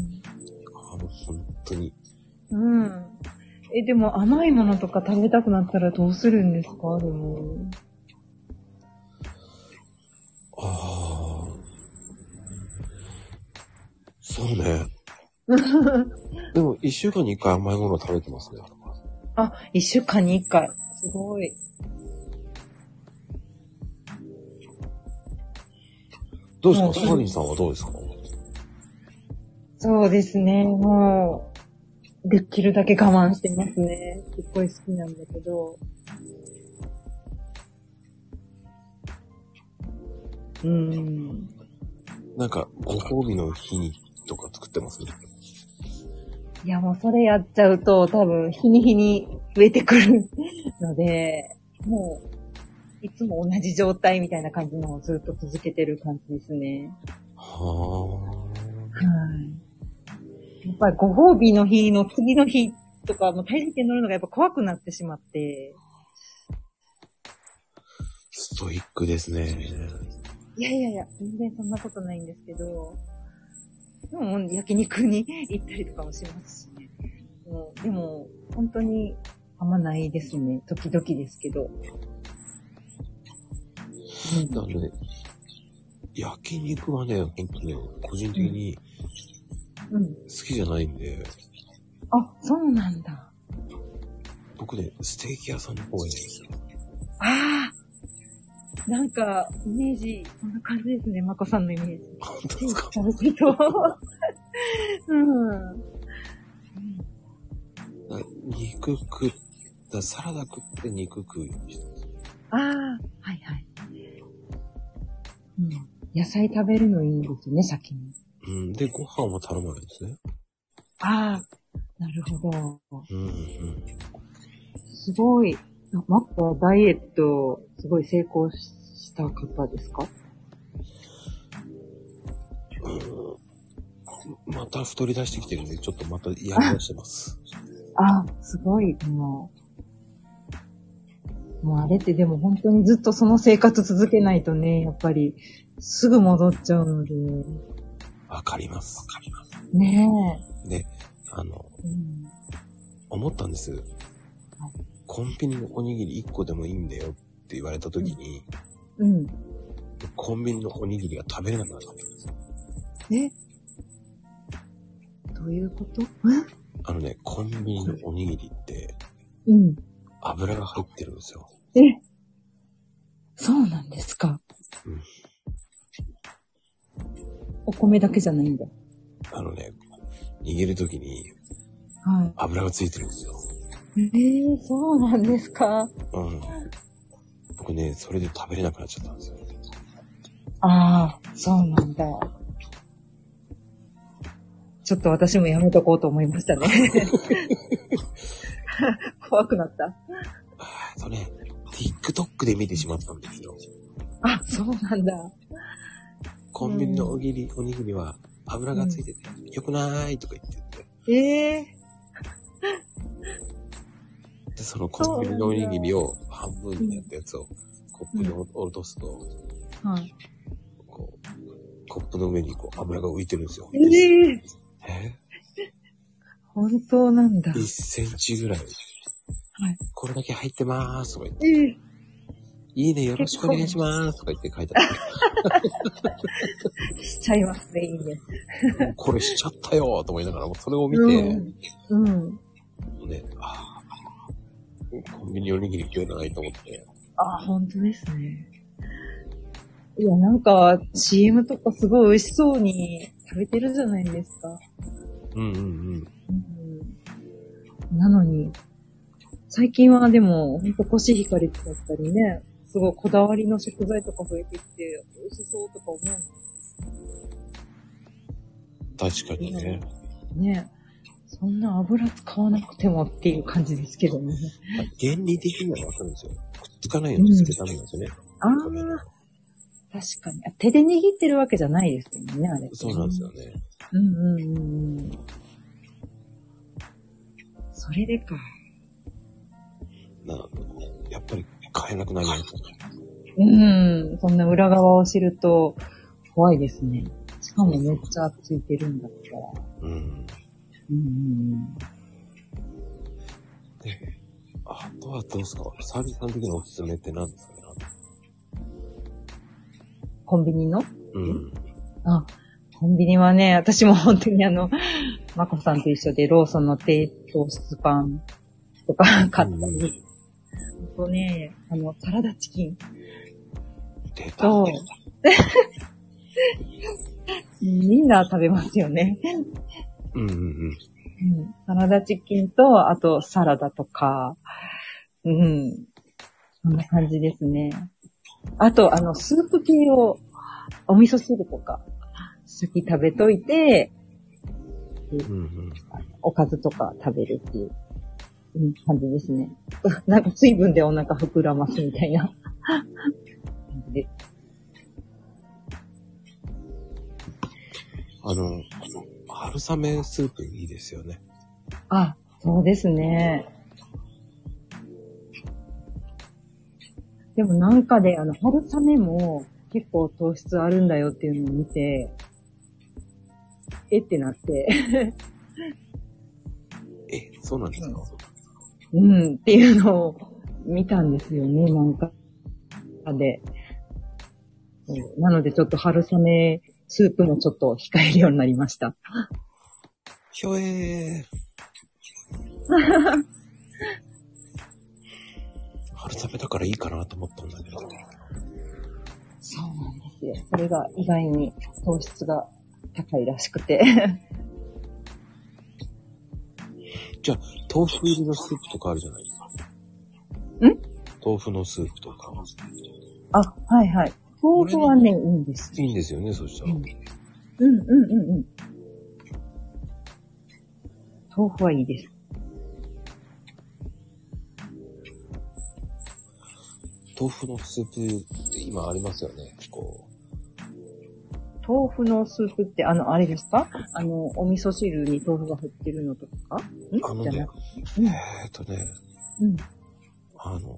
Speaker 1: あの、本当に、
Speaker 2: うん。え、でも甘いものとか食べたくなったらどうするんですかでも。
Speaker 1: ああ。そうね。でも、一週間に一回甘いものを食べてますね。
Speaker 2: あ、一週間に一回。すごい。
Speaker 1: どうです
Speaker 2: うん
Speaker 1: かサーリンさんはどうですか
Speaker 2: そうですね、もう、できるだけ我慢してますね。すっごい好きなんだけど。うーん。
Speaker 1: なんか、ご褒美の日にとか作ってます
Speaker 2: いや、もうそれやっちゃうと、多分、日に日に増えてくるので、もう、いつも同じ状態みたいな感じのをずっと続けてる感じですね。
Speaker 1: は
Speaker 2: はい。やっぱりご褒美の日の次の日とか、もう体重計乗るのがやっぱ怖くなってしまって、
Speaker 1: あ。ストイックですね。
Speaker 2: いやいやいや、全然そんなことないんですけど、でももう焼肉に 行ったりとかもしますしね。もうでも、本当にあんまないですね。時々ですけど。うん
Speaker 1: なんでね、焼肉はね、ほんとね、個人的に
Speaker 2: うん。
Speaker 1: 好きじゃないんで、
Speaker 2: あ、そうなんだ。
Speaker 1: 僕ね、ステーキ屋さんの方がいいんですよ。
Speaker 2: ああなんか、イメージ、こんな感じですね。まこさんのイメージ。
Speaker 1: 本当ですか
Speaker 2: なるほど。 うん。
Speaker 1: だ肉食っだサラダ食って肉食うようにしてます。
Speaker 2: ああ、はいはい。うん。野菜食べるのいいですね、先に。
Speaker 1: うん。で、ご飯は頼まないですね。
Speaker 2: ああ、なるほど。
Speaker 1: うん、うん。
Speaker 2: すごい。マッコはダイエット、すごい成功しした方ですか
Speaker 1: また太り出してきてるんで、ちょっとまたやり出して ます。
Speaker 2: ああ、すごい。もう、もうあれってでも本当にずっとその生活続けないとね、やっぱり、すぐ戻っちゃうので。
Speaker 1: わかります。わかりま
Speaker 2: ね
Speaker 1: す。で、あの、
Speaker 2: え。うん
Speaker 1: 思ったんです。コンビニのおにぎり1個でもいいんだよって言われた時に、
Speaker 2: うん。
Speaker 1: コンビニのおにぎりが食べれなくなったんです。
Speaker 2: えどういうこと
Speaker 1: あのね、コンビニのおにぎりって
Speaker 2: うん。
Speaker 1: 油が入ってるんですよ。
Speaker 2: えそうなんですか
Speaker 1: うん。
Speaker 2: お米だけじゃないんだ。
Speaker 1: あのね、握る時に
Speaker 2: は
Speaker 1: 油がついてるんですよ。
Speaker 2: い。えー、そうなんですか
Speaker 1: うん。僕ね、それで食べれなくなっちゃったんですよ。
Speaker 2: ああ、そうなんだ。ちょっと私もやめとこうと思いましたね。 怖くなった。
Speaker 1: あとね、TikTok で見てしまったんですよ。
Speaker 2: あ、そうなんだ。
Speaker 1: コンビニのおぎり、おにぎりは油がついてて、良くないとか言ってて。
Speaker 2: ええ
Speaker 1: で、そのコンビニのおにぎりを半分にやったやつをコップに落とすと、
Speaker 2: ー。はい。
Speaker 1: こう、コップの上にこう油が浮いてるんですよ。
Speaker 2: ええ
Speaker 1: え
Speaker 2: 本当なんだ。
Speaker 1: ?1 センチぐらい。
Speaker 2: はい。
Speaker 1: これだけ入ってまーすとか言って、
Speaker 2: ええ
Speaker 1: いいね、よろしくお願いしまーすとか言って書いてあっ
Speaker 2: しちゃいますね、いいね。
Speaker 1: て、 もうこれしちゃったよーと思いながら、もうそれを見て、
Speaker 2: うん。うん。
Speaker 1: ね、ああ、コンビニおにぎり今日ないと思って。
Speaker 2: あ、本当ですね。いや、なんか、CM とかすごい美味しそうに食べてるじゃないですか。
Speaker 1: うんうん
Speaker 2: うんなのに、最近はでも、ほんとコシヒカリ使ったりね、すごいこだわりの食材とか増えてきて、美味しそうとか思う
Speaker 1: うん。確かにね。
Speaker 2: のね。そんな油使わなくてもっていう感じですけどね。
Speaker 1: 原理的にはわかるんですよ。くっつかないようにつけためなんですよね。
Speaker 2: ああ、確かに。あ手で握ってるわけじゃないですもんね、あれ。
Speaker 1: そうなんですよ。ね。
Speaker 2: うんうんうんうん。それでか。
Speaker 1: なやっぱり買えなくなりますね。
Speaker 2: うん、そんな裏側を知ると怖いですね。しかもめっちゃついてるんだったら。
Speaker 1: うん。
Speaker 2: うんうん
Speaker 1: で、あとはどうですかサービスさん的なおすすめって何ですかね
Speaker 2: うん。コンビニの
Speaker 1: うん。
Speaker 2: あ、コンビニはね、私も本当にあの、まこさんと一緒でローソンの低糖質パンとか買っ
Speaker 1: う
Speaker 2: た
Speaker 1: ん
Speaker 2: り、あとね、あの、サラダチキン
Speaker 1: 出た。
Speaker 2: と、みんな食べますよね。
Speaker 1: うんうんうん。
Speaker 2: うんサラダチキンと、あとサラダとか、うん。そんな感じですね。あと、あの、スープ系を、お味噌汁とか、先食べといて、
Speaker 1: うんうん。
Speaker 2: おかずとか食べるっていう、うん、感じですね。 なんか水分でお腹膨らますみたいな。 感じで
Speaker 1: あの、春雨スープいいですよね。
Speaker 2: あ、そうですね。でもなんかで、あの、春雨も結構糖質あるんだよっていうのを見て、えってなって、
Speaker 1: え、そうなんですか、
Speaker 2: うんっていうのを見たんですよね、なんかで。そうなのでちょっと春雨スープもちょっと控えるようになりました。
Speaker 1: ひょ えー。春雨だからいいかなと思ったんだけど。
Speaker 2: そうなんですよ。それが意外に糖質が高いらしくて。
Speaker 1: じゃあ、豆腐入りのスープとかあるじゃないですか。豆腐のスープとか。
Speaker 2: あ、はいはい。豆腐はね、いいんです。
Speaker 1: いいんですよね、そした
Speaker 2: う
Speaker 1: ら。
Speaker 2: ん、うん、うん、うんうん。豆腐はいいです。
Speaker 1: 豆腐のスープって今ありますよね。こ
Speaker 2: 豆腐のスープって、あの、あれですかあの、お味噌汁に豆腐が入ってるのとかん
Speaker 1: う。あの
Speaker 2: じゃ
Speaker 1: ね
Speaker 2: なく、
Speaker 1: えーっとね、
Speaker 2: うん。
Speaker 1: あの、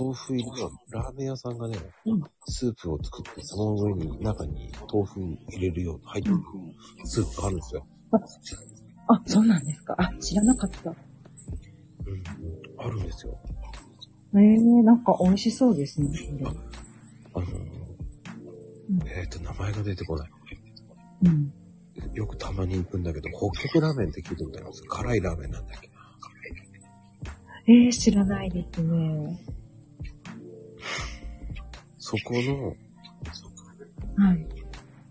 Speaker 1: 豆腐入りのラーメン屋さんがね、
Speaker 2: うん
Speaker 1: スープを作って、その上に中に豆腐入れるような、入ってるスープがあるんですよ。
Speaker 2: あ、そうなんですか。あ、知らなかった。
Speaker 1: あるんですよ。
Speaker 2: えー、なんか美味しそうですね。それ
Speaker 1: あのー、えーっと、名前が出てこない。
Speaker 2: うん。
Speaker 1: よくたまに行くんだけど、北極ラーメンって聞いたことあります辛いラーメンなんだっけ
Speaker 2: えー、知らないですね。
Speaker 1: そこの、
Speaker 2: はい。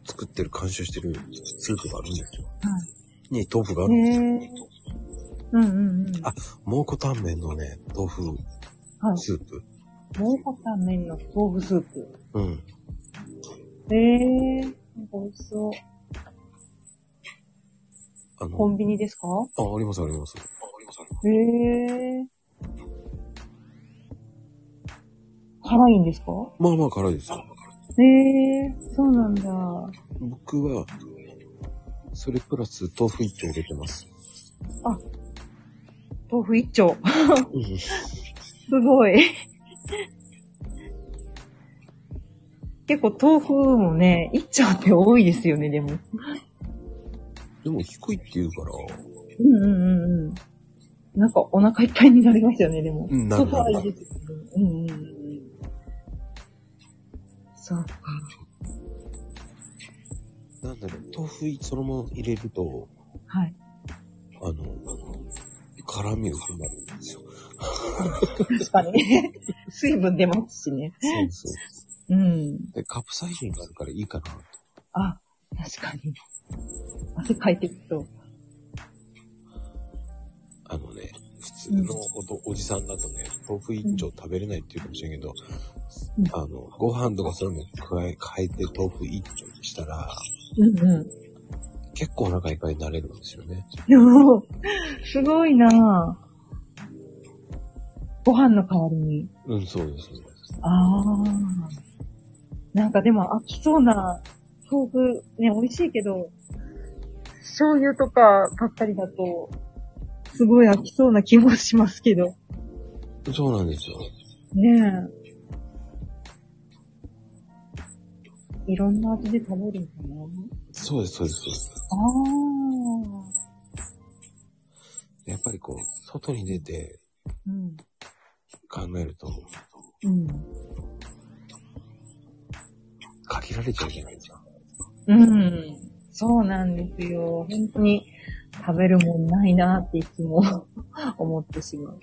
Speaker 1: 作ってる、監修してるスープがあるんですよ。
Speaker 2: は
Speaker 1: に豆腐があ
Speaker 2: い。
Speaker 1: るんです
Speaker 2: え
Speaker 1: よ。
Speaker 2: ー。うんうんうん。
Speaker 1: あ蒙古タンメンのね、豆腐
Speaker 2: はい。
Speaker 1: スープ。
Speaker 2: 蒙古タンメンの豆腐スープ。
Speaker 1: うん。
Speaker 2: ええー、なんか美味しそう。
Speaker 1: あの、
Speaker 2: コンビニですか
Speaker 1: あ、ありますあります。ありますあります。
Speaker 2: ええー。辛いんですか
Speaker 1: まあまあ辛いですよ。
Speaker 2: ええー、そうなんだ。
Speaker 1: 僕は、それプラス豆腐一丁入れてます。
Speaker 2: 豆腐一丁。
Speaker 1: うん。
Speaker 2: すごい。結構豆腐もね、一丁って多いですよね、でも。
Speaker 1: でも低いって言うから、
Speaker 2: うんうんうんうん。なんかお腹いっぱいになりますよね、でも。
Speaker 1: うんな
Speaker 2: そ
Speaker 1: る
Speaker 2: こはいいですよね。うんうんうんうん。そうか。
Speaker 1: なんだろう、豆腐そのまま入れると、
Speaker 2: はい。
Speaker 1: あの、辛みが薄まるんですよ。
Speaker 2: 確かに。 水分出ますしね。
Speaker 1: そうそう。
Speaker 2: うん。
Speaker 1: で、カプサイシンがあるからいいかな。
Speaker 2: あ、確かに。汗かいてると。
Speaker 1: あのね、普通のおとおじさんだとね、豆腐一丁食べれないっていうかもしれんけど、
Speaker 2: うん
Speaker 1: あの、ご飯とかそういうの加え、変えて豆腐一丁にしたら、
Speaker 2: うんうん。
Speaker 1: 結構お腹いっぱいになれるんですよね。
Speaker 2: でも、すごいなぁ。ご飯の代わりに。
Speaker 1: うん、そうです、そうです。
Speaker 2: ああ。なんかでも飽きそうな豆腐、ね、美味しいけど、醤油とかばっかりだと、すごい飽きそうな気もしますけど。
Speaker 1: そうなんですよ。
Speaker 2: ねえ。いろんな味で食べるのかな
Speaker 1: そうです、そうです、そうです。
Speaker 2: ああ。
Speaker 1: やっぱりこう、外に出て
Speaker 2: うん。
Speaker 1: 考えると、
Speaker 2: うん。
Speaker 1: 限られちゃうじゃないですか。
Speaker 2: うん。そうなんですよ。本当に食べるもんないなっていつも 思ってしまう。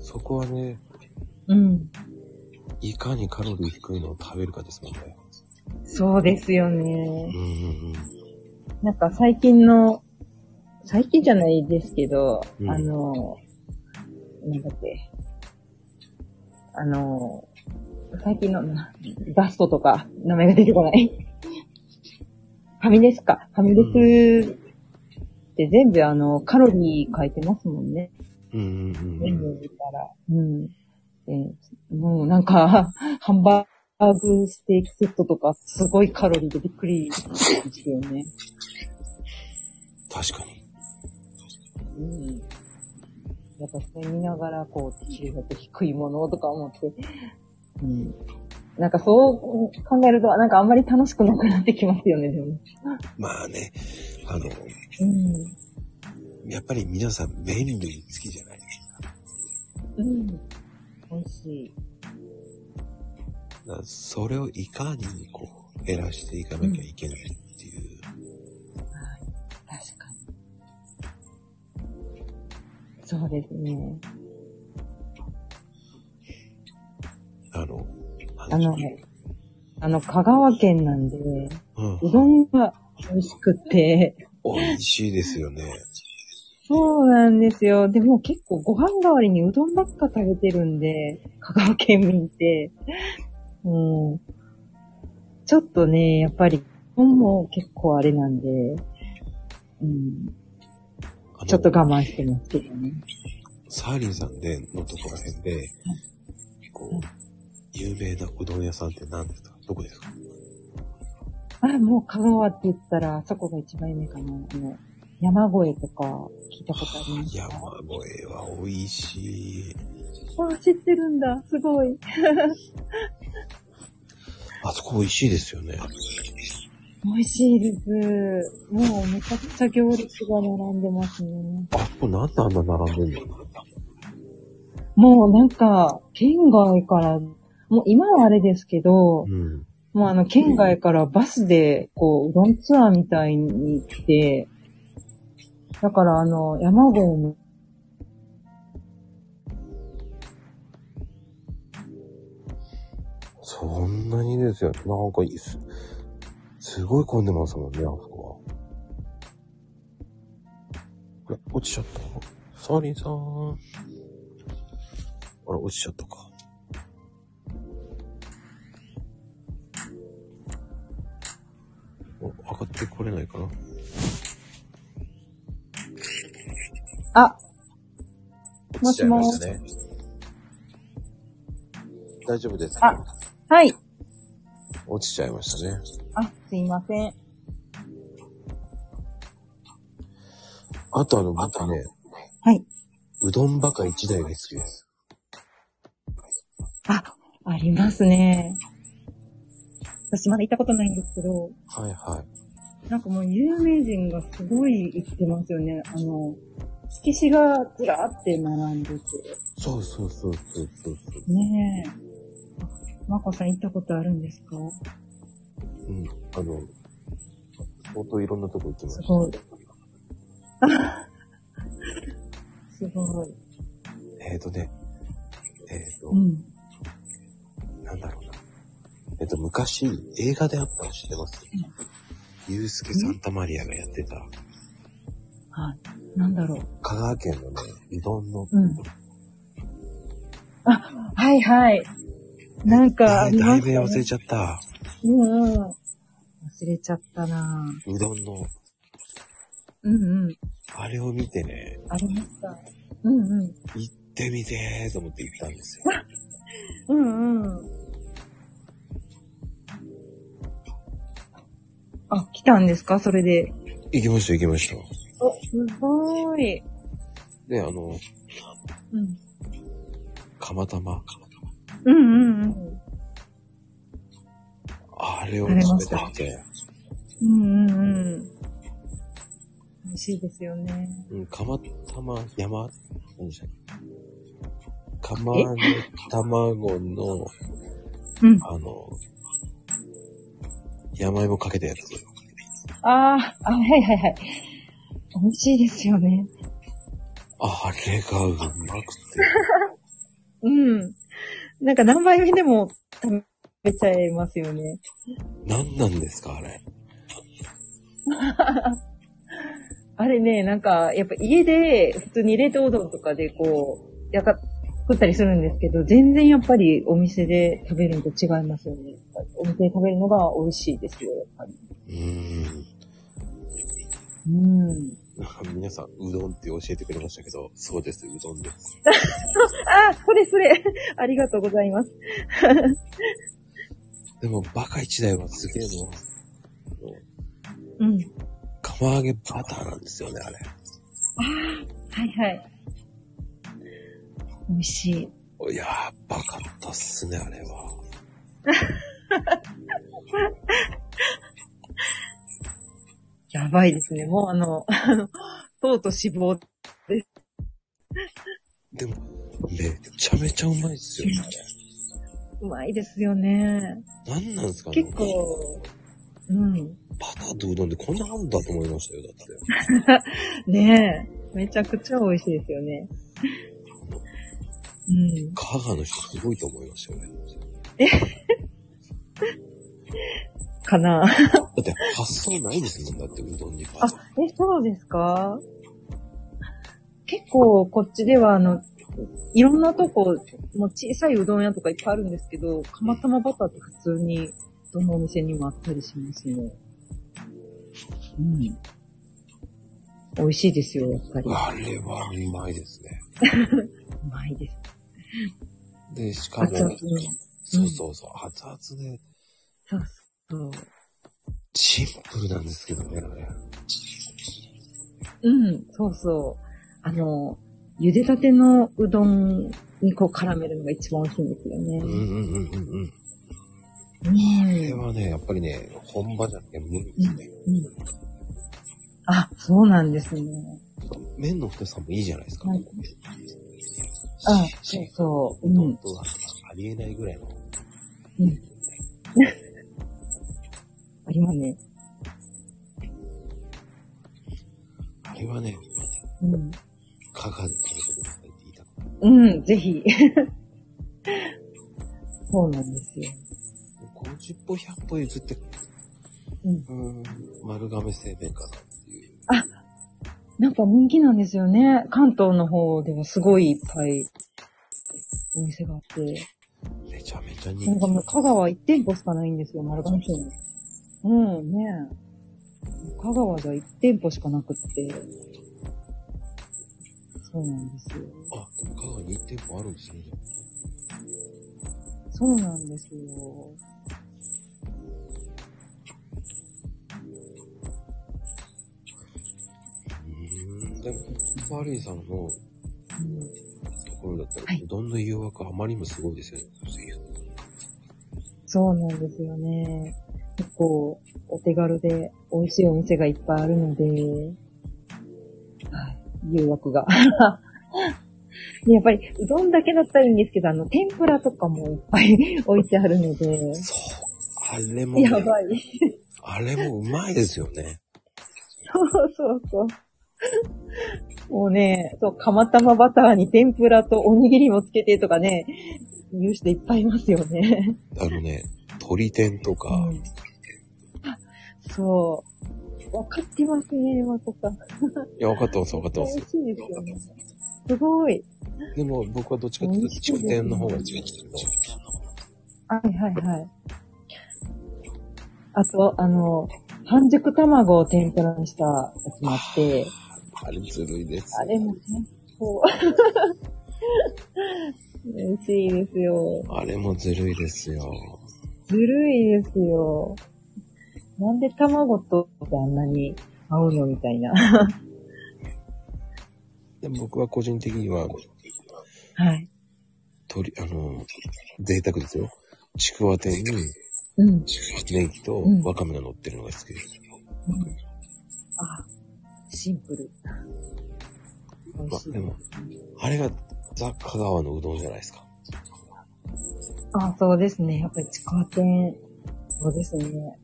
Speaker 1: そこはね、
Speaker 2: うん。
Speaker 1: いかにカロリー低いのを食べるかですもんね。
Speaker 2: そうですよ
Speaker 1: う
Speaker 2: ね。
Speaker 1: んうんうん。
Speaker 2: なんか最近の、最近じゃないですけど、
Speaker 1: うん
Speaker 2: あの、なんだっけ。あの、最近の、なガストとか、名前が出てこない。ファミレスか。ファミレスって全部あの、カロリー書いてますもんね。
Speaker 1: うんうんう
Speaker 2: 全
Speaker 1: ん。
Speaker 2: 部見たら。うん。でもうなんか、ハンバーグステーキセットとか、すごいカロリーでびっくりですよね。
Speaker 1: 確かに。
Speaker 2: うん。やっぱそれ見ながら、こう、できるだけ低いものとか思って。うん。なんかそう考えると、なんかあんまり楽しくなくなってきますよね、でも。
Speaker 1: まあね、あの、
Speaker 2: うん。
Speaker 1: やっぱり皆さん麺類好きじゃない
Speaker 2: うん。美味しい。
Speaker 1: だからそれをいかにこう減らしていかなきゃいけないっていう。
Speaker 2: 確かに。そうですね。
Speaker 1: あの、
Speaker 2: あの、あの、香川県なんで、
Speaker 1: うん、
Speaker 2: うどんが美味しくて、
Speaker 1: 美味しいですよね。
Speaker 2: そうなんですよ。でも結構ご飯代わりにうどんばっか食べてるんで、香川県民って。うん。ちょっとね、やっぱり、うどんも結構あれなんで、うん、
Speaker 1: あの
Speaker 2: ちょっと我慢してますけどね。
Speaker 1: サーリンさんで、のところら辺で、こう、有名なうどん屋さんって何ですかどこですか
Speaker 2: あ、もう香川って言ったら、あそこが一番有名かな。あの、山越えとか聞いたことあります
Speaker 1: 山
Speaker 2: か
Speaker 1: 越えは美味しい。
Speaker 2: あ、知ってるんだ。すごい。
Speaker 1: あそこ美味しいですよね。
Speaker 2: 美味しいです。もうめちゃくちゃ行列が並んでますね。
Speaker 1: あそこなんであんな並んでんの
Speaker 2: もうなんか、県外から、もう今はあれですけど、
Speaker 1: うん。
Speaker 2: もうあの県外からバスで、こう、うどんツアーみたいに来て、だからあの、山越えも、
Speaker 1: そんなにですよ。なんかいいっす。すごい混んでますもんね、あそこは。あれ、落ちちゃった。サーリンさん。あれ、落ちちゃったか。お上がってこれないかな。
Speaker 2: あ、
Speaker 1: 落ちちゃいましたね。大丈夫ですか
Speaker 2: あはい。
Speaker 1: 落ちちゃいましたね。
Speaker 2: あ、すいません。
Speaker 1: あとあの、僕ね、
Speaker 2: はい。
Speaker 1: うどんバカ一台が好きです。
Speaker 2: あ、ありますね。私まだ行ったことないんですけど、
Speaker 1: はいはい。
Speaker 2: なんかもう有名人がすごい行ってますよね。あの、色紙がずらーって並んでて。
Speaker 1: そうそうそうそうそうそう。
Speaker 2: ねえ。あまこさん行ったことあるんですか
Speaker 1: うん。あの、相当いろんなとこ行きまし
Speaker 2: す
Speaker 1: た。
Speaker 2: ごい。すごい。
Speaker 1: えっ、ー、とね、えっ、ー、と、
Speaker 2: うん。
Speaker 1: なんだろうな。えっと、昔、映画であったの知ってますユースケ・サンタマリアがやってた、
Speaker 2: はい。なんだろう。
Speaker 1: 香川県のね、うどんの、
Speaker 2: うん。あ、はいはい。なんかあ
Speaker 1: えー
Speaker 2: り
Speaker 1: だ
Speaker 2: ま
Speaker 1: い
Speaker 2: した
Speaker 1: ぶ
Speaker 2: ね
Speaker 1: 忘れちゃった。
Speaker 2: うんうん。忘れちゃったなぁ。
Speaker 1: うどんの、
Speaker 2: うんうん。
Speaker 1: あれを見てね、
Speaker 2: ありました。うんうん。
Speaker 1: 行ってみてーと思って行ったんですよ。
Speaker 2: うんうん。あ、来たんですかそれで。
Speaker 1: 行きました、行きました。
Speaker 2: お、すごーい。
Speaker 1: で、あの、
Speaker 2: うん。
Speaker 1: 釜玉。
Speaker 2: うんうんうん。
Speaker 1: あれを食べたくて、
Speaker 2: うんうんうん。美味しいですよね。
Speaker 1: うん、釜玉山、何でしたっけ釜の卵の、
Speaker 2: うん。
Speaker 1: あの、山芋かけたやつ。
Speaker 2: あーあ、はいはいはい。美味しいですよね。
Speaker 1: あれがうまくて。
Speaker 2: うん。なんか何杯目でも食べちゃいますよね。
Speaker 1: 何なんですか、あれ。
Speaker 2: あれね、なんか、やっぱ家で、普通に冷凍うどんとかでこう、やか、作ったりするんですけど、全然やっぱりお店で食べるのと違いますよね。やっぱりお店で食べるのが美味しいですよ、やっぱり。
Speaker 1: うーん。
Speaker 2: うん。
Speaker 1: なんか皆さん、うどんって教えてくれましたけど、そうです、うどんです。
Speaker 2: ああ、それそれ ありがとうございます。
Speaker 1: でも、バカ一台はすげえの。
Speaker 2: うん。
Speaker 1: 釜揚げバターなんですよね、あれ。
Speaker 2: はいはい。美味しい。
Speaker 1: いやー、バカだったっすね、あれは。
Speaker 2: やばいですね。もうあの、 あの、糖と脂肪。
Speaker 1: でも、めちゃめちゃうまいっすよね、あ
Speaker 2: うまいですよね。
Speaker 1: れ。なんなんですかね
Speaker 2: 結構、うん。
Speaker 1: バターとうどんでこんなもんだと思いましたよ、だって。
Speaker 2: ねえ。めちゃくちゃ美味しいですよね。うん。
Speaker 1: 香川の人すごいと思いましたよね。
Speaker 2: か
Speaker 1: だ
Speaker 2: な。
Speaker 1: って発想ないですもん、だってうどんに
Speaker 2: あ、え、そうですか結構、こっちでは、あの、いろんなとこ、もう小さいうどん屋とかいっぱいあるんですけど、釜玉バターって普通に、どのお店にもあったりしますね。うん。美味しいですよ、やっぱり。う
Speaker 1: あれはうまいですね。
Speaker 2: まいです。
Speaker 1: で、しか
Speaker 2: あ
Speaker 1: も、
Speaker 2: と、うん、
Speaker 1: そうそうそう、熱々で、
Speaker 2: そう。
Speaker 1: シンプルなんですけどね、あれ。
Speaker 2: うん、そうそう。あの、茹でたてのうどんにこう絡めるのが一番美味しいんですよね。
Speaker 1: うんうんうんうんうん。
Speaker 2: うん
Speaker 1: これはね、やっぱりね、本場じゃなくて麺ですね。
Speaker 2: うんあ、そうなんですね。
Speaker 1: 麺の太さもいいじゃないですか。
Speaker 2: はいあ、そうそう。
Speaker 1: う
Speaker 2: う
Speaker 1: どん
Speaker 2: ん。
Speaker 1: とはありえないぐらいの。
Speaker 2: ありますね。
Speaker 1: あれはね、
Speaker 2: うん。
Speaker 1: 香川で食べてくださいって言いたくなる
Speaker 2: うん、ぜひ。 そうなんですよ。
Speaker 1: 50歩100歩譲って、
Speaker 2: うん。
Speaker 1: うん、丸亀製麺かなっていう。
Speaker 2: なんか人気なんですよね。関東の方ではすごいいっぱいお店があって。
Speaker 1: めちゃめちゃ
Speaker 2: なん
Speaker 1: 人
Speaker 2: か
Speaker 1: 気。
Speaker 2: もう香川1店舗しかないんですよ、丸亀市に。うん、ねえ香川じゃ1店舗しかなくって。そうなんですよ。
Speaker 1: あ、でも香川に1店舗あるんですね。
Speaker 2: そうなんですよ。
Speaker 1: うん、でも、パーリーさんの
Speaker 2: うん
Speaker 1: ところだったら、
Speaker 2: はいう
Speaker 1: どんの誘惑あまりにもすごいですよね。
Speaker 2: そうなんですよね。結構お手軽で美味しいお店がいっぱいあるので、はい誘惑が。 でやっぱりうどんだけだったらいいんですけど、あの、天ぷらとかもいっぱい 置いてあるので、
Speaker 1: そう。あれもね、
Speaker 2: やばい。
Speaker 1: あれもうまいですよね。
Speaker 2: そうそうそう。もうね、そう、釜玉バターに天ぷらとおにぎりもつけてとかね、言う人いっぱいいますよね。
Speaker 1: あのね、鳥天とか、
Speaker 2: うんそう。わかってますね、まこさん。
Speaker 1: いや、分かってます、分かってま
Speaker 2: 美味
Speaker 1: す。
Speaker 2: しいですよね。すごい。
Speaker 1: でも僕はどっちかっていうと、中天の方が好きなんですけど、
Speaker 2: はいはいはい。あと、あの、半熟卵を天ぷらにしたやつもあって、
Speaker 1: あれずるいです。
Speaker 2: あれもね、こう。 美味しいですよ。
Speaker 1: あれもずるいですよ。
Speaker 2: ずるいですよ。なんで卵とあんなに合うのみたいな。
Speaker 1: でも僕は個人的には、
Speaker 2: はい。
Speaker 1: 鳥、あの、贅沢ですよ。ちくわ天に、
Speaker 2: うん。
Speaker 1: ネギと
Speaker 2: うん
Speaker 1: わかめが乗ってるのが好きです。
Speaker 2: あ、シンプル。美味
Speaker 1: ま
Speaker 2: し
Speaker 1: あ、
Speaker 2: い
Speaker 1: で。も、あれがザ・香川のうどんじゃないですか。
Speaker 2: あ、そうですね。やっぱりちくわ天、そうですね。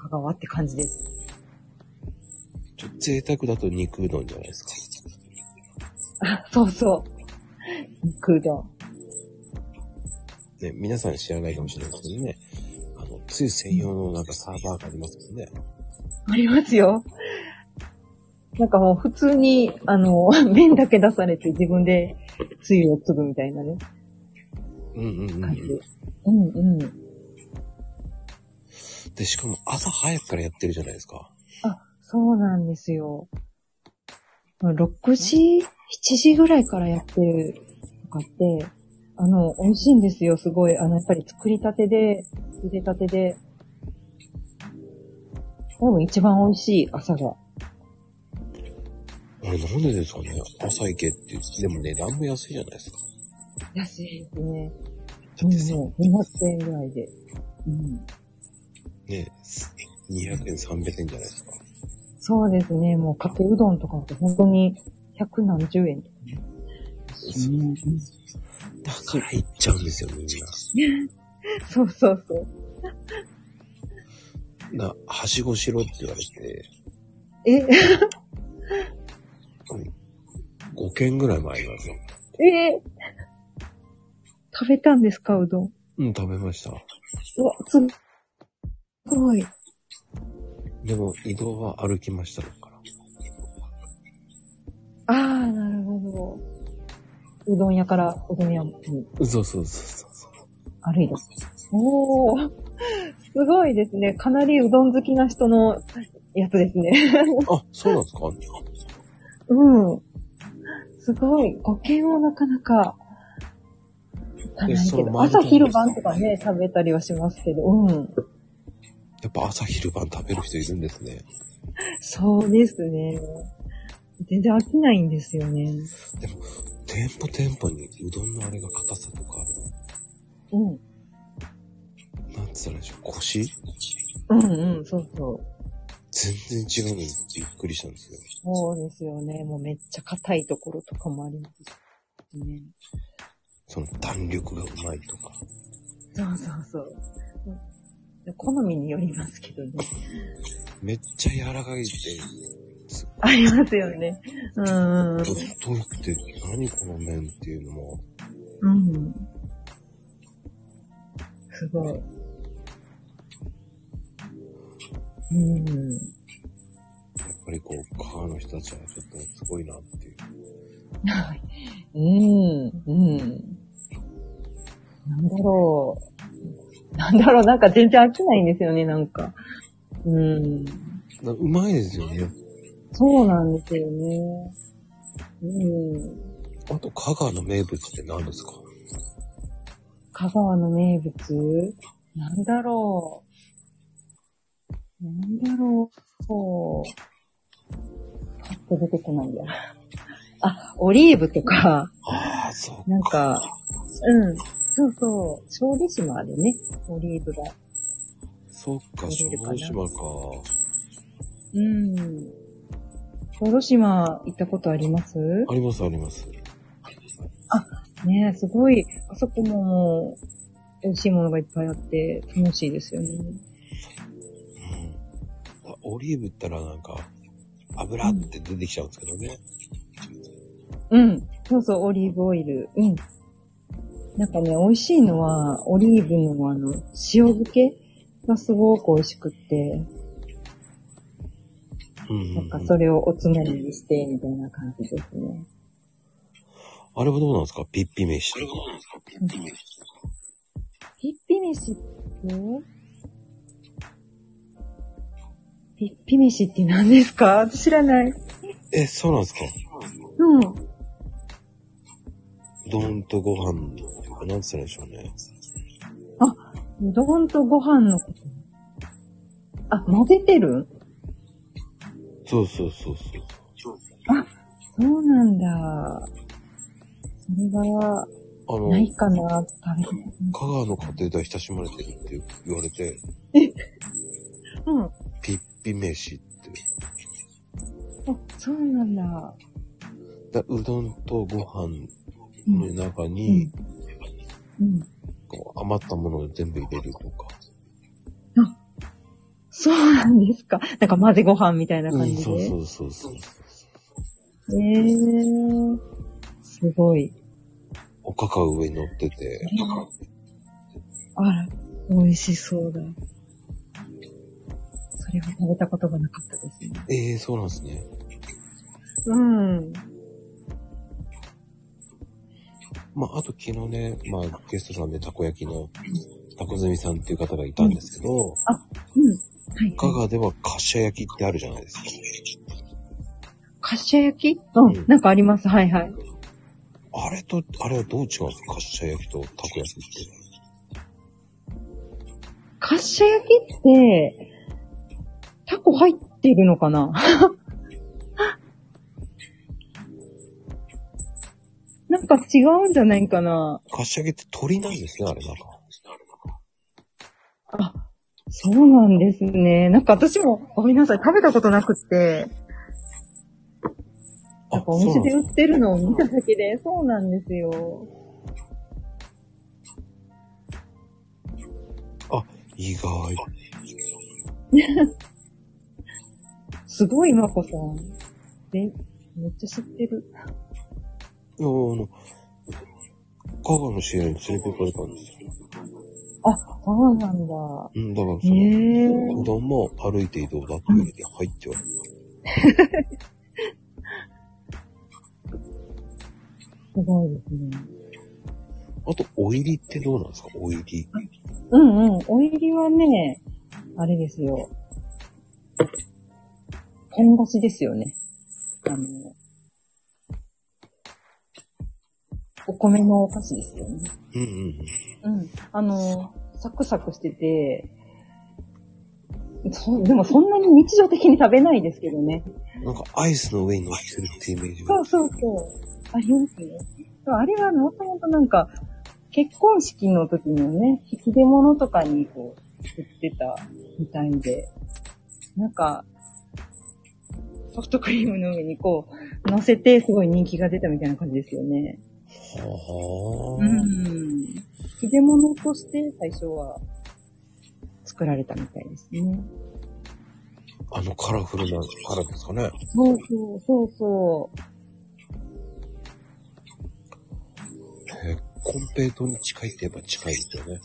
Speaker 2: 香川って感じです。
Speaker 1: ちょっと贅沢だと肉うどんじゃないですか。
Speaker 2: あ、そうそう。肉うどん。
Speaker 1: ね、皆さん知らないかもしれないですけどね。あの、つゆ専用のなんかサーバーがありますもんね。
Speaker 2: ありますよ。なんかもう普通に、あの、麺だけ出されて自分でつゆを継ぐみたいなね、
Speaker 1: うんうんう
Speaker 2: 感じ
Speaker 1: ん。。
Speaker 2: うんうん。
Speaker 1: で、しかも朝早くからやってるじゃないですか。
Speaker 2: あ、そうなんですよ。6時、7時ぐらいからやってるとかって、あの、美味しいんですよ、すごい。あの、やっぱり作りたてで、茹でたてで。多分一番美味しい、朝が。
Speaker 1: あれなんでですかね朝行けって。でも値段も安いじゃないですか。
Speaker 2: 安いですね。
Speaker 1: だってさ、
Speaker 2: うんうん、200円ぐらいで。うん。
Speaker 1: ね、200円、300円じゃないですか。
Speaker 2: そうですね。もう、かけうどんとかって本当に百何十円とかね。うん、
Speaker 1: だから行っちゃうんですよ、みん
Speaker 2: そうそうそう。
Speaker 1: な。な、はしごしろって言われて、
Speaker 2: え、
Speaker 1: 5軒ぐらい前にありますよ。
Speaker 2: え食べたんですか、うどん。
Speaker 1: うん、食べました。
Speaker 2: うわ、すすごい。
Speaker 1: でも、移動は歩きましたから。
Speaker 2: ああ、なるほど。うどん屋からうどん屋に
Speaker 1: そうそうそうそうそう。
Speaker 2: 歩いた。おー、すごいですね。かなりうどん好きな人のやつですね。
Speaker 1: あ、そうなんですか
Speaker 2: うん。すごい。五軒をなかなか、行かない
Speaker 1: そ
Speaker 2: け
Speaker 1: の
Speaker 2: ど。
Speaker 1: 前の日
Speaker 2: 朝昼晩とかね、食べたりはしますけど。うん。
Speaker 1: やっぱ朝昼晩食べる人いるんですね。
Speaker 2: そうですね。全然飽きないんですよね。
Speaker 1: 店舗店舗にうどんのあれが硬さとかある
Speaker 2: うん。
Speaker 1: の。なんつったらいいんでしょう。腰
Speaker 2: うんうん、そうそう。
Speaker 1: 全然違うのにびっくりしたんですよ。
Speaker 2: そうですよね。もうめっちゃ硬いところとかもありますしね。
Speaker 1: その弾力がうまいとか。
Speaker 2: そうそうそう。うん好みによりますけどね。
Speaker 1: めっちゃ柔らかいって、す
Speaker 2: ありますよね。うんうん
Speaker 1: っごい太くて、何この麺っていうのも、
Speaker 2: うん。すごい。うん。
Speaker 1: やっぱりこう、川の人たちはちょっとすごいなっていう。
Speaker 2: うん。うん。なんだろう。なんだろう、なんか全然飽きないんですよね、なんか。うん。
Speaker 1: なうまいですよね。
Speaker 2: そうなんですよね。うん。
Speaker 1: あと、香川の名物って何ですか
Speaker 2: 香川の名物なんだろう。なんだろう。そう。パッと出てこないや。あ、オリーブとか、
Speaker 1: ああ、そう。
Speaker 2: なんか、うん。そうそう。小豆島でね、オリーブが。
Speaker 1: そっか、
Speaker 2: 見
Speaker 1: 小
Speaker 2: れるかな
Speaker 1: 豆島か。
Speaker 2: うん。小豆島行ったことあります
Speaker 1: あります、あります。
Speaker 2: ねえすごい、あそこももう、美味しいものがいっぱいあって、楽しいですよね。
Speaker 1: うん。あオリーブったらなんか、油って出てきちゃうんですけどね。
Speaker 2: うん。そうそう、オリーブオイル。うん。なんかね、美味しいのは、オリーブのあの、塩漬けがすごく美味しくって、
Speaker 1: うんうんうん
Speaker 2: なんかそれをおつまみにして、みたいな感じですね。
Speaker 1: あれはどうなんですかピッピ飯とか。ピ
Speaker 2: ッピ
Speaker 1: 飯とか。
Speaker 2: ピッピ飯ってピッピ飯って何ですか知らない。
Speaker 1: え、そうなんですか
Speaker 2: うん。
Speaker 1: 丼とご飯とか、なんつったらいいんでしょうね。
Speaker 2: うどんとご飯のこと。あ、混ぜてる
Speaker 1: そうそうそうそう。
Speaker 2: そうなんだ。それが、
Speaker 1: あの、
Speaker 2: ないかな、食べて。
Speaker 1: 香川の家庭では親しまれてるって言われて、
Speaker 2: うん。あ、
Speaker 1: ピッピ飯って。
Speaker 2: そうなんだ。
Speaker 1: だうどんとご飯
Speaker 2: う
Speaker 1: の
Speaker 2: ん。
Speaker 1: 中に、
Speaker 2: うん、
Speaker 1: こう余ったものを全部入れるとか。
Speaker 2: そうなんですか。なんか混ぜご飯みたいな
Speaker 1: う
Speaker 2: 感
Speaker 1: ん、
Speaker 2: じで。
Speaker 1: そうそうそうそう。
Speaker 2: えー、すごい。
Speaker 1: おかか上に乗ってて、
Speaker 2: あら、美味しそうだ。それは食べたことがなかったですね。
Speaker 1: ええー、そうなんですね。
Speaker 2: うん。
Speaker 1: まあ、あと昨日ね、まあ、ゲストさんでたこ焼きの、たこずみさんっていう方がいたんですけど、
Speaker 2: はい。
Speaker 1: 香川ではカッシャ焼きってあるじゃないですか。
Speaker 2: カッシャ焼きうん。なんかあります。はいはい。
Speaker 1: あれと、あれはどう違うんですかカッシャ焼きとたこ焼きって。
Speaker 2: カッシャ焼きって、タコ入ってるのかな なんか違うんじゃないかな
Speaker 1: カッシャ焼きって鳥なんですね、あれなんか。
Speaker 2: あ、そうなんですね。なんか私も、ごめんなさい、食べたことなくって、
Speaker 1: あ、
Speaker 2: なんかお店で
Speaker 1: そう
Speaker 2: 売ってるのを見ただけで、そうなんですよ。
Speaker 1: 意外。
Speaker 2: すごい、まこさん。で、めっちゃ知ってる。
Speaker 1: いや、あの、香川の試合に連れて行かれたんですよ。
Speaker 2: あ、そうなんだ。
Speaker 1: うん、だから
Speaker 2: へ
Speaker 1: その、
Speaker 2: え
Speaker 1: うどんも歩いて移動だって言われて入っては。
Speaker 2: すごいですね。
Speaker 1: あと、お入りってどうなんですかお入り。
Speaker 2: うんうん。お入りはね、あれですよ。本腰ですよね。あの、お米のお菓子ですよね。
Speaker 1: うんうん
Speaker 2: うん。あの、サクサクしてて、そでもそんなに日常的に食べないですけどね。
Speaker 1: うん。なんか、アイスの上に乗ってるってイメージが
Speaker 2: そ。うそうそう。ありますね。そうあれはもともとなんか、結婚式の時のね、引き出物とかにこう、作ってたみたいで、なんか、ソフトクリームの上にこう、乗せてすごい人気が出たみたいな感じですよね。
Speaker 1: は
Speaker 2: う
Speaker 1: あ、
Speaker 2: ん。引き出物として最初は作られたみたいですね。
Speaker 1: あのカラフルなカラーですかね。
Speaker 2: そうそう、そうそう。
Speaker 1: えーコンペイトに近いって言えば近いですよね。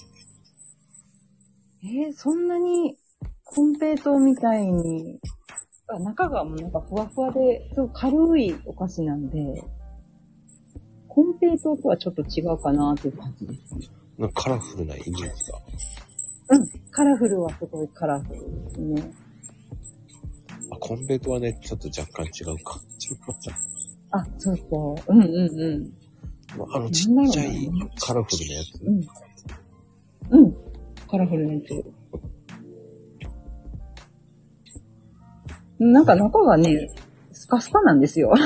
Speaker 2: えーそんなに、コンペイトーみたいに、あ中がもうなんかふわふわで、すごい軽いお菓子なんで、コンペイトーとはちょっと違うかなっていう感じですね。
Speaker 1: なんかカラフルなイメージが。
Speaker 2: カラフルはすごいカラフルですね。
Speaker 1: あ、コンペイトはね、ちょっと若干違うか。
Speaker 2: あ、そうそう。うんうんうん。
Speaker 1: あの、ちっちゃいカラフルなやつ。
Speaker 2: うん。うん。カラフルなやつ。なんか中がね、スカスカなんですよ。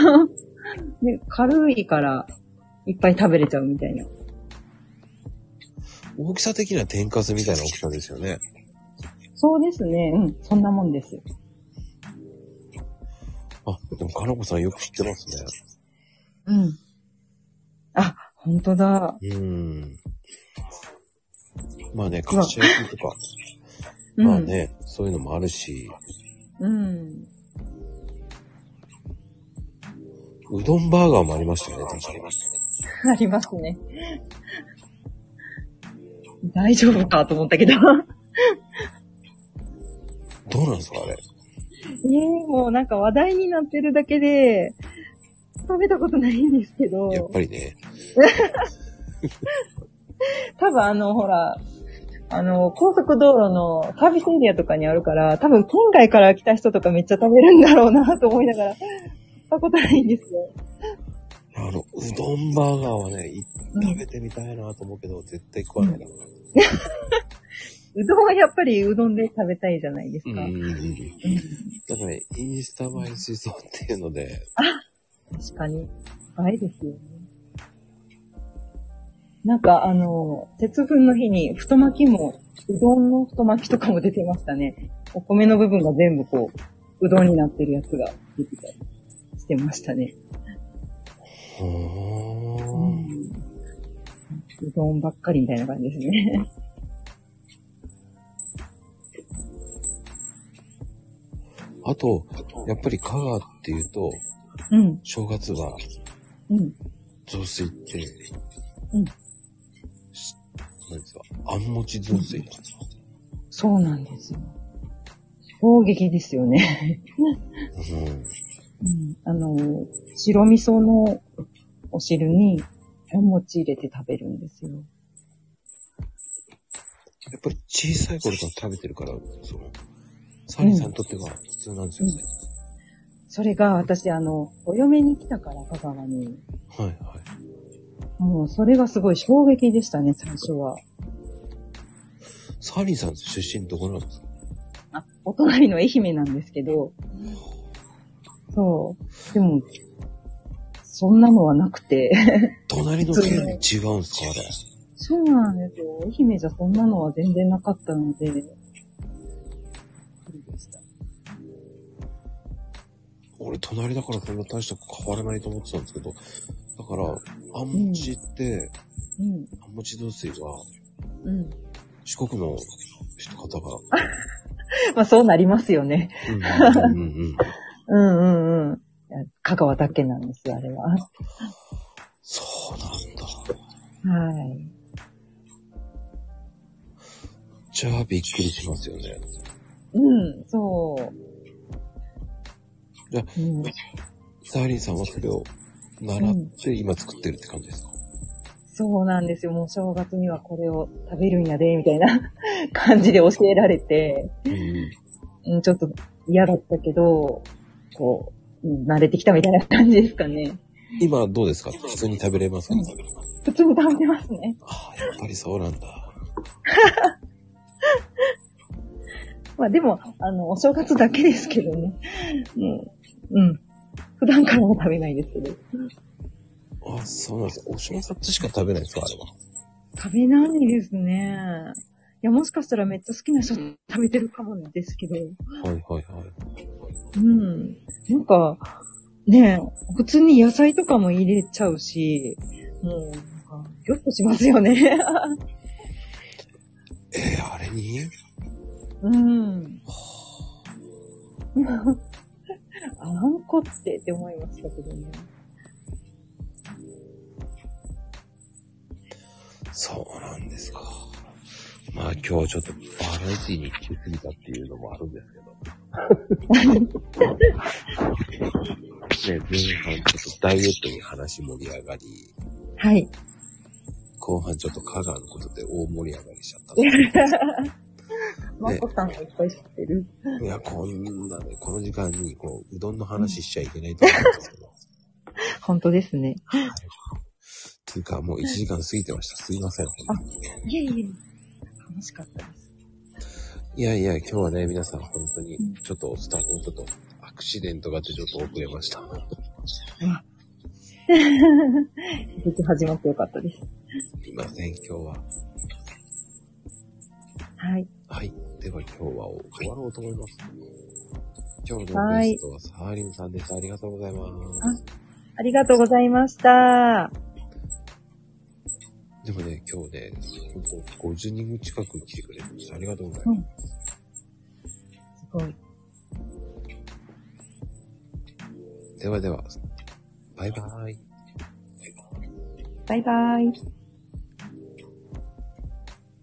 Speaker 2: で軽いから、いっぱい食べれちゃうみたいな。
Speaker 1: 大きさ的には天かすみたいな大きさですよね。
Speaker 2: そうですね。うん。そんなもんです。
Speaker 1: あ、でも、かなこさんよく知ってますね。
Speaker 2: うん。あ、本当だ。
Speaker 1: うーん。まあね、カシ焼きとか、
Speaker 2: うん。
Speaker 1: まあね、そういうのもあるし、
Speaker 2: うん。
Speaker 1: うどんバーガーもありましたよね、確かに。
Speaker 2: ありますね。大丈夫かと思ったけど。
Speaker 1: どうなんですかあれ。
Speaker 2: ねえ、もうなんか話題になってるだけで、食べたことないんですけど、
Speaker 1: やっぱりね。
Speaker 2: 多分あの、ほら、あの、高速道路のサービスエリアとかにあるから、多分県外から来た人とかめっちゃ食べるんだろうなと思いながら、食べたことないんですよ。
Speaker 1: あの、うどんバーガーはね、い食べてみたいなと思うけど、絶対食わないな。
Speaker 2: うどんはやっぱりうどんで食べたいじゃないです
Speaker 1: うん
Speaker 2: か。
Speaker 1: うんうん。だからね、インスタ映えしそうっていうので、
Speaker 2: 確かに。あれですよね。なんかあの、節分の日に太巻きも、うどんの太巻きとかも出てましたね。お米の部分が全部こう、うどんになってるやつが出てたりしてましたね。
Speaker 1: う
Speaker 2: う
Speaker 1: ーん。
Speaker 2: どんばっかりみたいな感じですね。
Speaker 1: あと、やっぱり香川っていうと、
Speaker 2: うん、
Speaker 1: 正月は
Speaker 2: うん。
Speaker 1: 雑炊って、
Speaker 2: うん
Speaker 1: し。なんですか、あんもち雑炊なんですよ
Speaker 2: そうなんですよ。衝撃ですよね。
Speaker 1: うん。
Speaker 2: うんあの、白味噌のお汁にお餅入れて食べるんですよ。
Speaker 1: やっぱり小さい頃から食べてるから、その、サリーさんにとっては普通なんですよね。
Speaker 2: それが私、あの、お嫁に来たから、香川に。
Speaker 1: はいはい。
Speaker 2: もう、それがすごい衝撃でしたね、最初は。
Speaker 1: サリーさん出身どこなんですか
Speaker 2: あ、お隣の愛媛なんですけど。そう。でも、そんなのはなくて。
Speaker 1: 隣の県違うんですかあれ。
Speaker 2: そうなんですよ。愛媛じゃそんなのは全然なかったので。そうでした。
Speaker 1: 俺隣だからそんな大した変わらないと思ってたんですけど、だから、あんもちって、
Speaker 2: うん。
Speaker 1: あんもち雑炊は、
Speaker 2: うん。
Speaker 1: 四国の人方が、
Speaker 2: まあ、そうなりますよね。
Speaker 1: うんうんうんうん。
Speaker 2: うんうんうん。いや香川だけなんですよ、あれは。は
Speaker 1: そうなんだ。
Speaker 2: い。
Speaker 1: じゃあびっくりしますよね。
Speaker 2: うん、そう。
Speaker 1: いや
Speaker 2: うん
Speaker 1: サーリンさんはそれを習って今作ってるって感じですか、
Speaker 2: そうなんですよ。もう正月にはこれを食べるんやで、みたいな 感じで教えられて、
Speaker 1: うんうん
Speaker 2: うん、ちょっと嫌だったけど、こう、うん慣れてきたみたいな感じですかね。
Speaker 1: 今どうですか普通に食べれますか、
Speaker 2: 普通に食べてますね。
Speaker 1: ああ、やっぱりそうなんだ。
Speaker 2: まあでも、あの、お正月だけですけどね。うん。うん。普段からも食べないですけど。
Speaker 1: あそうなんです。お正月しか食べないんですかあれは。
Speaker 2: 食べないですね。いや、もしかしたらめっちゃ好きな人食べてるかもですけど。
Speaker 1: はいはいはい。
Speaker 2: うん。なんか、ねえ普通に野菜とかも入れちゃうし、もう、なんか、ぎょっとしますよね。
Speaker 1: えー、あれに
Speaker 2: うん。あんこってって思いましたけどね。
Speaker 1: そうなんですか。まあ今日はちょっとバラエティに行き過ぎたっていうのもあるんですけど。ね、前半ちょっとダイエットに話盛り上がり、
Speaker 2: はい。
Speaker 1: 後半ちょっと香川のことで大盛り上がりしちゃったんです
Speaker 2: まこさんがいっぱい知ってる。
Speaker 1: けど。いや、こんなね、この時間にこう、うどんの話しちゃいけないと思うんですけど。
Speaker 2: 本当ですね。
Speaker 1: というかもう1時間過ぎてました。すいません。
Speaker 2: いえいえ。楽しかったです。
Speaker 1: いやいや、今日はね、皆さん本当に、ちょっとスタート、ちょっと、アクシデントがあってちょっと遅れました。
Speaker 2: 無事始まってよかったです。
Speaker 1: すいません、今日は。
Speaker 2: はい。
Speaker 1: はい。では今日は終わろうと思います。今日の
Speaker 2: は
Speaker 1: ゲ
Speaker 2: い
Speaker 1: ストはサーリンさんです。ありがとうございます。
Speaker 2: ありがとうございました。
Speaker 1: でもね、今日ね、本当50人近く来てくれました。ありがとうございます。
Speaker 2: すごい。
Speaker 1: ではでは、バイバイ。
Speaker 2: バイバイ。